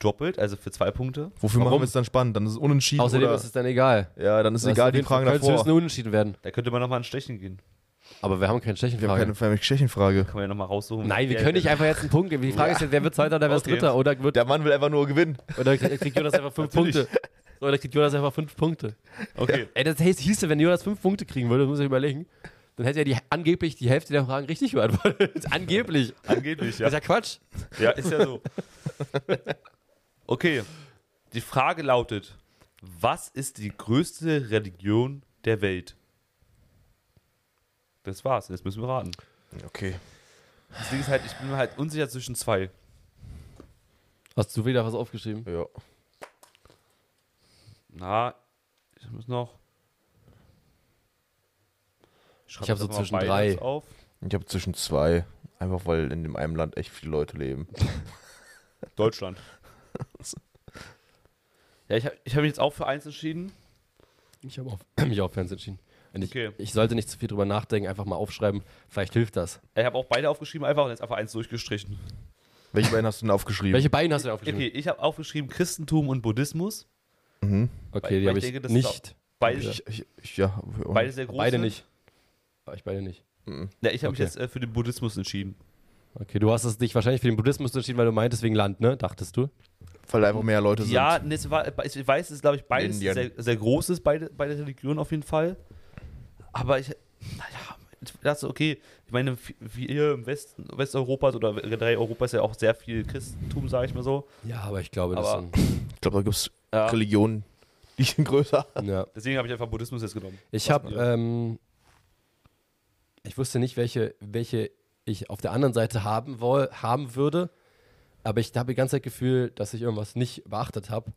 doppelt, also für zwei Punkte. Wofür machen wir es dann spannend? Dann ist es unentschieden. Außerdem oder, ist es dann egal. ja, dann ist es Weißt du, egal, auf die jeden Fall Fragen könnte es höchstens davor. nur unentschieden werden. Da könnte man nochmal ein Stechen gehen. Aber wir haben keine schlechten Wir haben Fragen. keine, keine Tschechenfrage. Kann man ja nochmal raussuchen. Nein, wir Ja, können nicht einfach jetzt einen Punkt geben. Die Frage ist jetzt, wer wird Zweiter oder wer ist Okay. Dritter? Oder, wird, Der Mann will einfach nur gewinnen. oder kriegt Jonas einfach fünf Punkte? Oder kriegt Jonas einfach fünf Punkte? Okay. Ey, das heißt, hieße, wenn Jonas fünf Punkte kriegen würde, muss ich überlegen, dann hätte er die, angeblich die Hälfte der Fragen richtig beantwortet. angeblich. Angeblich, Das ist ja. ja Quatsch. Ja, ist ja so. Okay, die Frage lautet: Was ist die größte Religion der Welt? Das war's, jetzt müssen wir raten. Okay. Das Ding ist halt, ich bin mir halt unsicher zwischen zwei. Hast du wieder was aufgeschrieben? Ja. Na, ich muss noch. schreib Ich hab das so mal zwischen beides drei. Auf. Ich habe zwischen zwei. Einfach weil in dem einen Land echt viele Leute leben. Deutschland. ja, ich habe ich hab mich jetzt auch für eins entschieden. Ich habe mich auch für eins entschieden. Und ich, Okay. ich sollte nicht zu viel drüber nachdenken, einfach mal aufschreiben. Vielleicht hilft das. Ich habe auch beide aufgeschrieben, einfach und jetzt einfach eins durchgestrichen. Welche beiden hast du denn Mhm. aufgeschrieben? Welche beiden hast du denn Okay, aufgeschrieben? ich habe aufgeschrieben Christentum und Buddhismus. Mhm. Okay, Weil- die weil habe ich ich denke, das ist nicht. Beide, Ich, ich, ich, ja. beide sehr große. Beide nicht. Aber Ich beide nicht. Mhm. Ja, ich habe mich Okay. jetzt äh, für den Buddhismus entschieden. Okay, du hast es dich wahrscheinlich für den Buddhismus entschieden, weil du meintest wegen Land, ne? Dachtest du? Weil da einfach mehr Leute sind. Ja, nee, es war, ich weiß, es ist, glaube ich, beides Indien. sehr, sehr großes, beide, beide Religionen auf jeden Fall. Aber ich, naja, ich dachte, okay, ich meine, hier im Westen, Westeuropas oder generell Europa ist ja auch sehr viel Christentum, sage ich mal so. Ja, aber ich glaube, Aber- das ist Ich glaube, da gibt es Ja. Religionen, die sind größer. ein, ja. Deswegen habe ich einfach Buddhismus jetzt genommen. Ich habe, ähm, ich wusste nicht, welche, welche ich auf der anderen Seite haben, woll, haben würde, aber ich habe die ganze Zeit Gefühl, dass ich irgendwas nicht beachtet habe.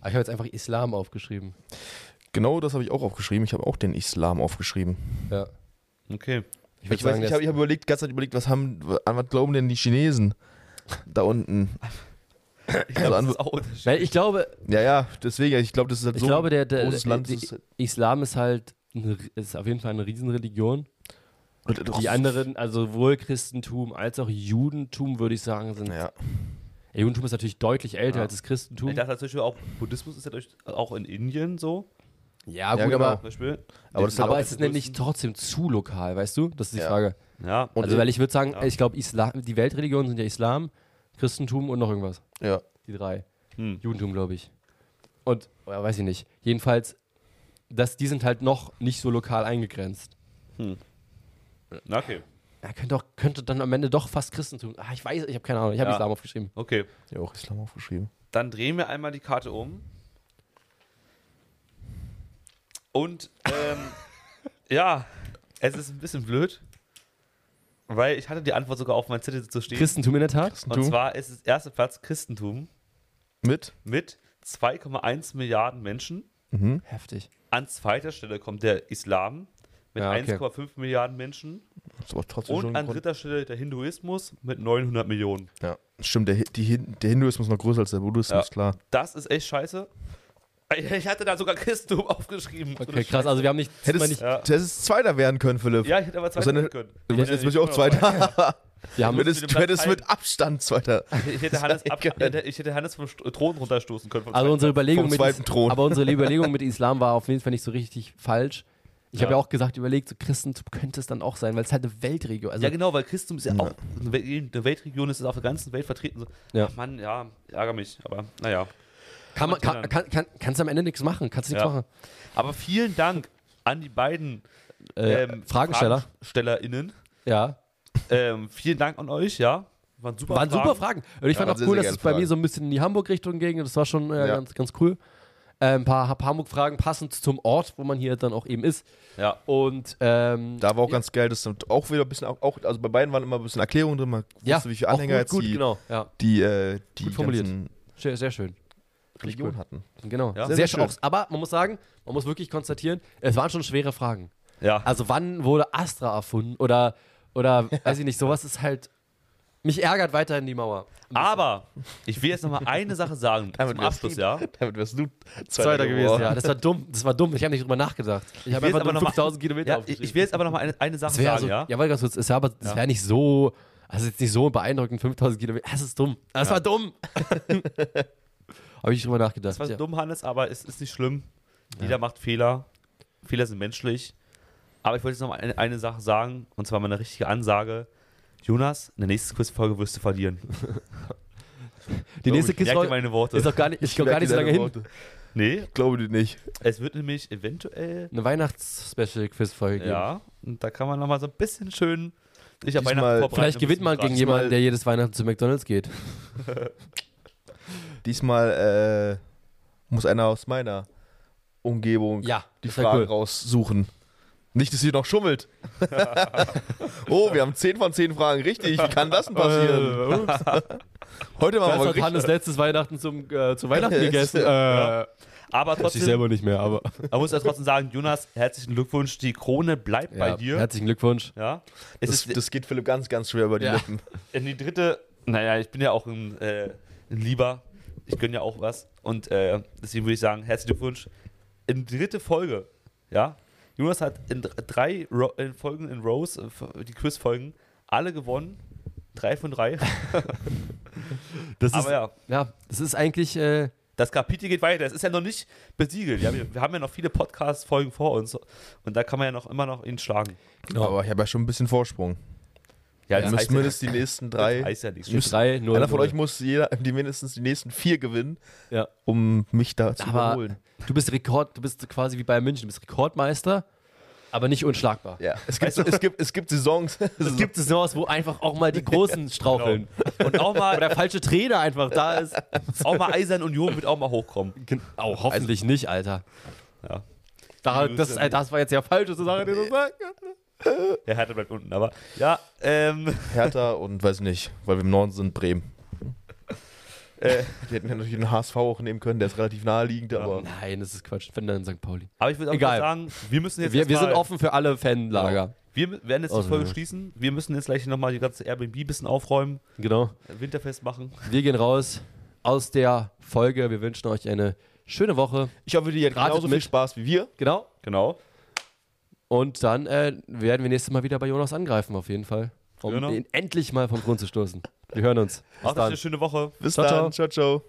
Aber ich habe jetzt einfach Islam aufgeschrieben. Genau das habe ich auch aufgeschrieben. Ich habe auch den Islam aufgeschrieben. Ja. Okay. Ich, würd Ich, weiß, ich habe das- ich hab überlegt, die ganze Zeit überlegt, was haben, an was glauben denn die Chinesen da unten? Ich glaube, das Also ist auch unterschiedlich. Nein, ich glaube, Ja, ja, deswegen, ich glaube, das ist halt ich so glaube, der, ein der, großes der, Land. das halt die- Islam ist halt eine, ist auf jeden Fall eine Riesenreligion. ist, Die anderen, also sowohl Christentum als auch Judentum, würde ich sagen, sind. Ja. Judentum ist natürlich deutlich älter Ja. als das Christentum. Ich dachte zum Beispiel auch, Buddhismus ist ja durch, auch in Indien so. Ja, Ja, gut, genau. aber, Zum Beispiel. Aber das ist halt aber auch ist es denn nicht trotzdem zu lokal, weißt du? Das ist die Ja. Frage. Ja, Und also, weil ich würde sagen, ja. ich glaube, Islam- die Weltreligionen sind ja Islam, Christentum und noch irgendwas. Ja. Die drei. Hm. Judentum, glaube ich. Und, ja, weiß ich nicht. Jedenfalls, das, die sind halt noch nicht so lokal eingegrenzt. Na, okay. Ja, könnte, auch, könnte dann am Ende doch fast Christentum. Ah, ich weiß, ich habe keine Ahnung. Ich habe Ja. Islam aufgeschrieben. Okay. Ja, auch Islam aufgeschrieben. Dann drehen wir einmal die Karte um. Und ähm, ja, es ist ein bisschen blöd, weil ich hatte die Antwort sogar auf meinem Zettel zu stehen. Christentum in der Tat? Und Christentum zwar ist es erster Platz Christentum mit? mit 2,1 Milliarden Menschen. Mhm. Heftig. An zweiter Stelle kommt der Islam mit Ja, okay. 1,5 Milliarden Menschen. Ist aber trotzdem Und schon an ein Grund. dritter Stelle der Hinduismus mit 900 Millionen. Ja. Stimmt, der, Hi- die, Hin- der Hinduismus ist noch größer als der Buddhismus, Ja. klar. Das ist echt scheiße. Ich hatte da sogar Christentum aufgeschrieben. So eine Okay, krass. Also, wir haben nicht. Hättest, diesmal nicht Ja. hättest Zweiter werden können, Philipp. Ja, ich hätte aber Also zweiter eine- werden können. Äh, Du bist, jetzt bist du auch Ich hätte- Zweiter. wir Du haben Mit- hättest, du hättest mit Abstand Zweiter. Ich hätte Hannes, ab, ich Egal. hätte- ich hätte Hannes vom St- Thron runterstoßen können. vom also, unsere Überlegung Vom mit. zweiten Thron. Aber unsere Überlegung mit Islam war auf jeden Fall nicht so richtig falsch. Ich habe Ja. ja auch gesagt, überlegt, so Christentum könnte es dann auch sein, weil es halt eine Weltregion zweiten. also Ja, genau, weil Christum ist ja auch eine Wel- eine Weltregion, ist es auf der ganzen Welt vertreten. So, Ja. Ach Mann, ja, ärgere mich, aber naja. kann man, kann kann, man kann, kann, kannst am Ende nichts machen, kannst nichts Ja. machen. Aber vielen Dank an die beiden Äh, ähm, Fragensteller, FragenstellerInnen. ja. Ähm, vielen Dank an euch, ja. Waren super Waren super Fragen. Und ich Ja, fand waren auch sehr, cool, sehr dass es geile bei mir Fragen. so ein bisschen in die Hamburg-Richtung ging. Das war schon äh, Ja. ganz, ganz cool. Äh, ein paar hab Hamburg-Fragen passend zum Ort, wo man hier dann auch eben ist. Ja. Und ähm, Da war auch ganz geil, das sind auch wieder ein bisschen, auch- auch, also bei beiden waren immer ein bisschen Erklärungen drin, man wusste, ja, wie viele auch Anhänger gut, jetzt gut, die, genau. Ja, die, äh, die Gut formuliert. ganzen sehr, sehr schön. Religionen cool. hatten. Genau. Ja. Sehr, Sehr schön. schön. Auch, aber man muss sagen, man muss wirklich konstatieren, es waren schon schwere Fragen. Ja. Also wann wurde Astra erfunden oder oder weiß ich nicht, sowas ist halt mich ärgert weiterhin die Mauer. aber ich will jetzt nochmal eine Sache sagen zum Abschluss, ja. Damit wärst du Zweiter gewesen, ja. Das war dumm. Das war dumm. Ich habe nicht drüber nachgedacht. Ich habe einfach will jetzt aber nur noch mal- 5000 Kilometer ja ich, aufgeschrieben. ich will jetzt aber nochmal eine, eine Sache Das wäre sagen, also, ja. ja, weil ganz kurz, es wäre aber, das wäre nicht so, also jetzt nicht so beeindruckend, 5000 Kilometer, das ist dumm, das war dumm. Habe ich drüber nachgedacht. Das war ja. dumm, Hannes, aber es ist nicht schlimm. Jeder macht Fehler. Fehler sind menschlich. Aber ich wollte jetzt noch mal eine, eine Sache sagen, und zwar meine richtige Ansage. Jonas, in der nächsten Quizfolge wirst du verlieren. Die nächste Ich merke dir Kiste meine Worte. ist doch gar nicht, ich glaub, gar nicht so lange hin. Nee, Glaube dir nicht. es wird nämlich eventuell, Eine Weihnachts-Special-Quiz-Folge geben. ja, und da kann man nochmal so ein bisschen schön sich auf Diesmal- Weihnachten vorbereiten. Vielleicht und gewinnt ein man bisschen gegen raten. jemanden, der jedes Weihnachten zu McDonalds geht. Diesmal äh, muss einer aus meiner Umgebung Ja, die das wär Fragen cool. raussuchen. Nicht, dass ihr noch schummelt. oh, wir haben 10 von 10 Fragen richtig. Wie kann das denn Äh, passieren? Heute machen Das wir hat richtig. Hannes letztes Weihnachten zum, äh, zu Weihnachten gegessen. äh, Aber weiß ich trotzdem, selber nicht mehr, aber. man muss ja trotzdem sagen, Jonas, herzlichen Glückwunsch, die Krone bleibt bei Ja, dir. Herzlichen Glückwunsch. Ja, es Das, ist das geht Philipp ganz, ganz schwer über die Ja. Lippen. in die dritte, naja, ich bin ja auch ein, äh, ein Lieber, ich gönne ja auch was und äh, deswegen würde ich sagen, herzlichen Glückwunsch. In die dritte Folge, ja, Jonas hat in dr- drei Ro in Folgen in Rows, äh, die Quiz-Folgen, alle gewonnen, drei von drei, Das ist, aber ja. ja, das ist eigentlich. Äh, Das Kapitel geht weiter. Es ist ja noch nicht besiegelt. Ja, wir, wir haben ja noch viele Podcast-Folgen vor uns. Und da kann man ja noch immer noch ihn schlagen. genau. Aber ich habe ja schon ein bisschen Vorsprung. Ja, Ihr das müsst heißt ja- mindestens die nächsten Das drei. heißt ja nichts. die drei, null, Einer von null. euch muss jeder, die mindestens die nächsten vier gewinnen, Ja. um mich da zu Aber überholen. du bist Rekord, du bist quasi wie bei München, du bist Rekordmeister, aber nicht unschlagbar. Ja. Es, gibt, es, gibt, es gibt Saisons. Es gibt Saisons, wo einfach auch mal die Großen straucheln. Und auch Wo der mal, falsche Trainer einfach da ist. auch mal Eisern Union wird auch mal hochkommen. Oh, hoffentlich nicht, Alter. Ja. Da, das, ist- das war jetzt ja falsch, was du sagst. Der Äh. Hertha bleibt unten. Aber ja, ähm, Hertha und weiß nicht, weil wir im Norden sind, Bremen. äh, Die hätten ja natürlich den HSV auch nehmen können, der ist relativ naheliegend, aber Nein, das ist Quatsch. Wenn dann St. Pauli. aber ich würde auch Egal. sagen, wir müssen jetzt. Wir, wir sind erstmal- Genau. offen für alle Fanlager. Wir mü- werden jetzt die Außer Folge wir. schließen. Wir müssen jetzt gleich nochmal die ganze Airbnb ein bisschen aufräumen, Genau. Winterfest machen. Wir gehen raus aus der Folge. Wir wünschen euch eine schöne Woche. ich hoffe, die hat Ratet genauso viel mit. Spaß wie wir. Genau. Genau. Und dann äh, werden wir nächstes Mal wieder bei Jonas angreifen, auf jeden Fall. Um Genau. ihn endlich mal vom Grund zu stoßen. Wir hören uns. Bis Macht euch dann. eine schöne Woche. Bis Ciao, dann, ciao, ciao.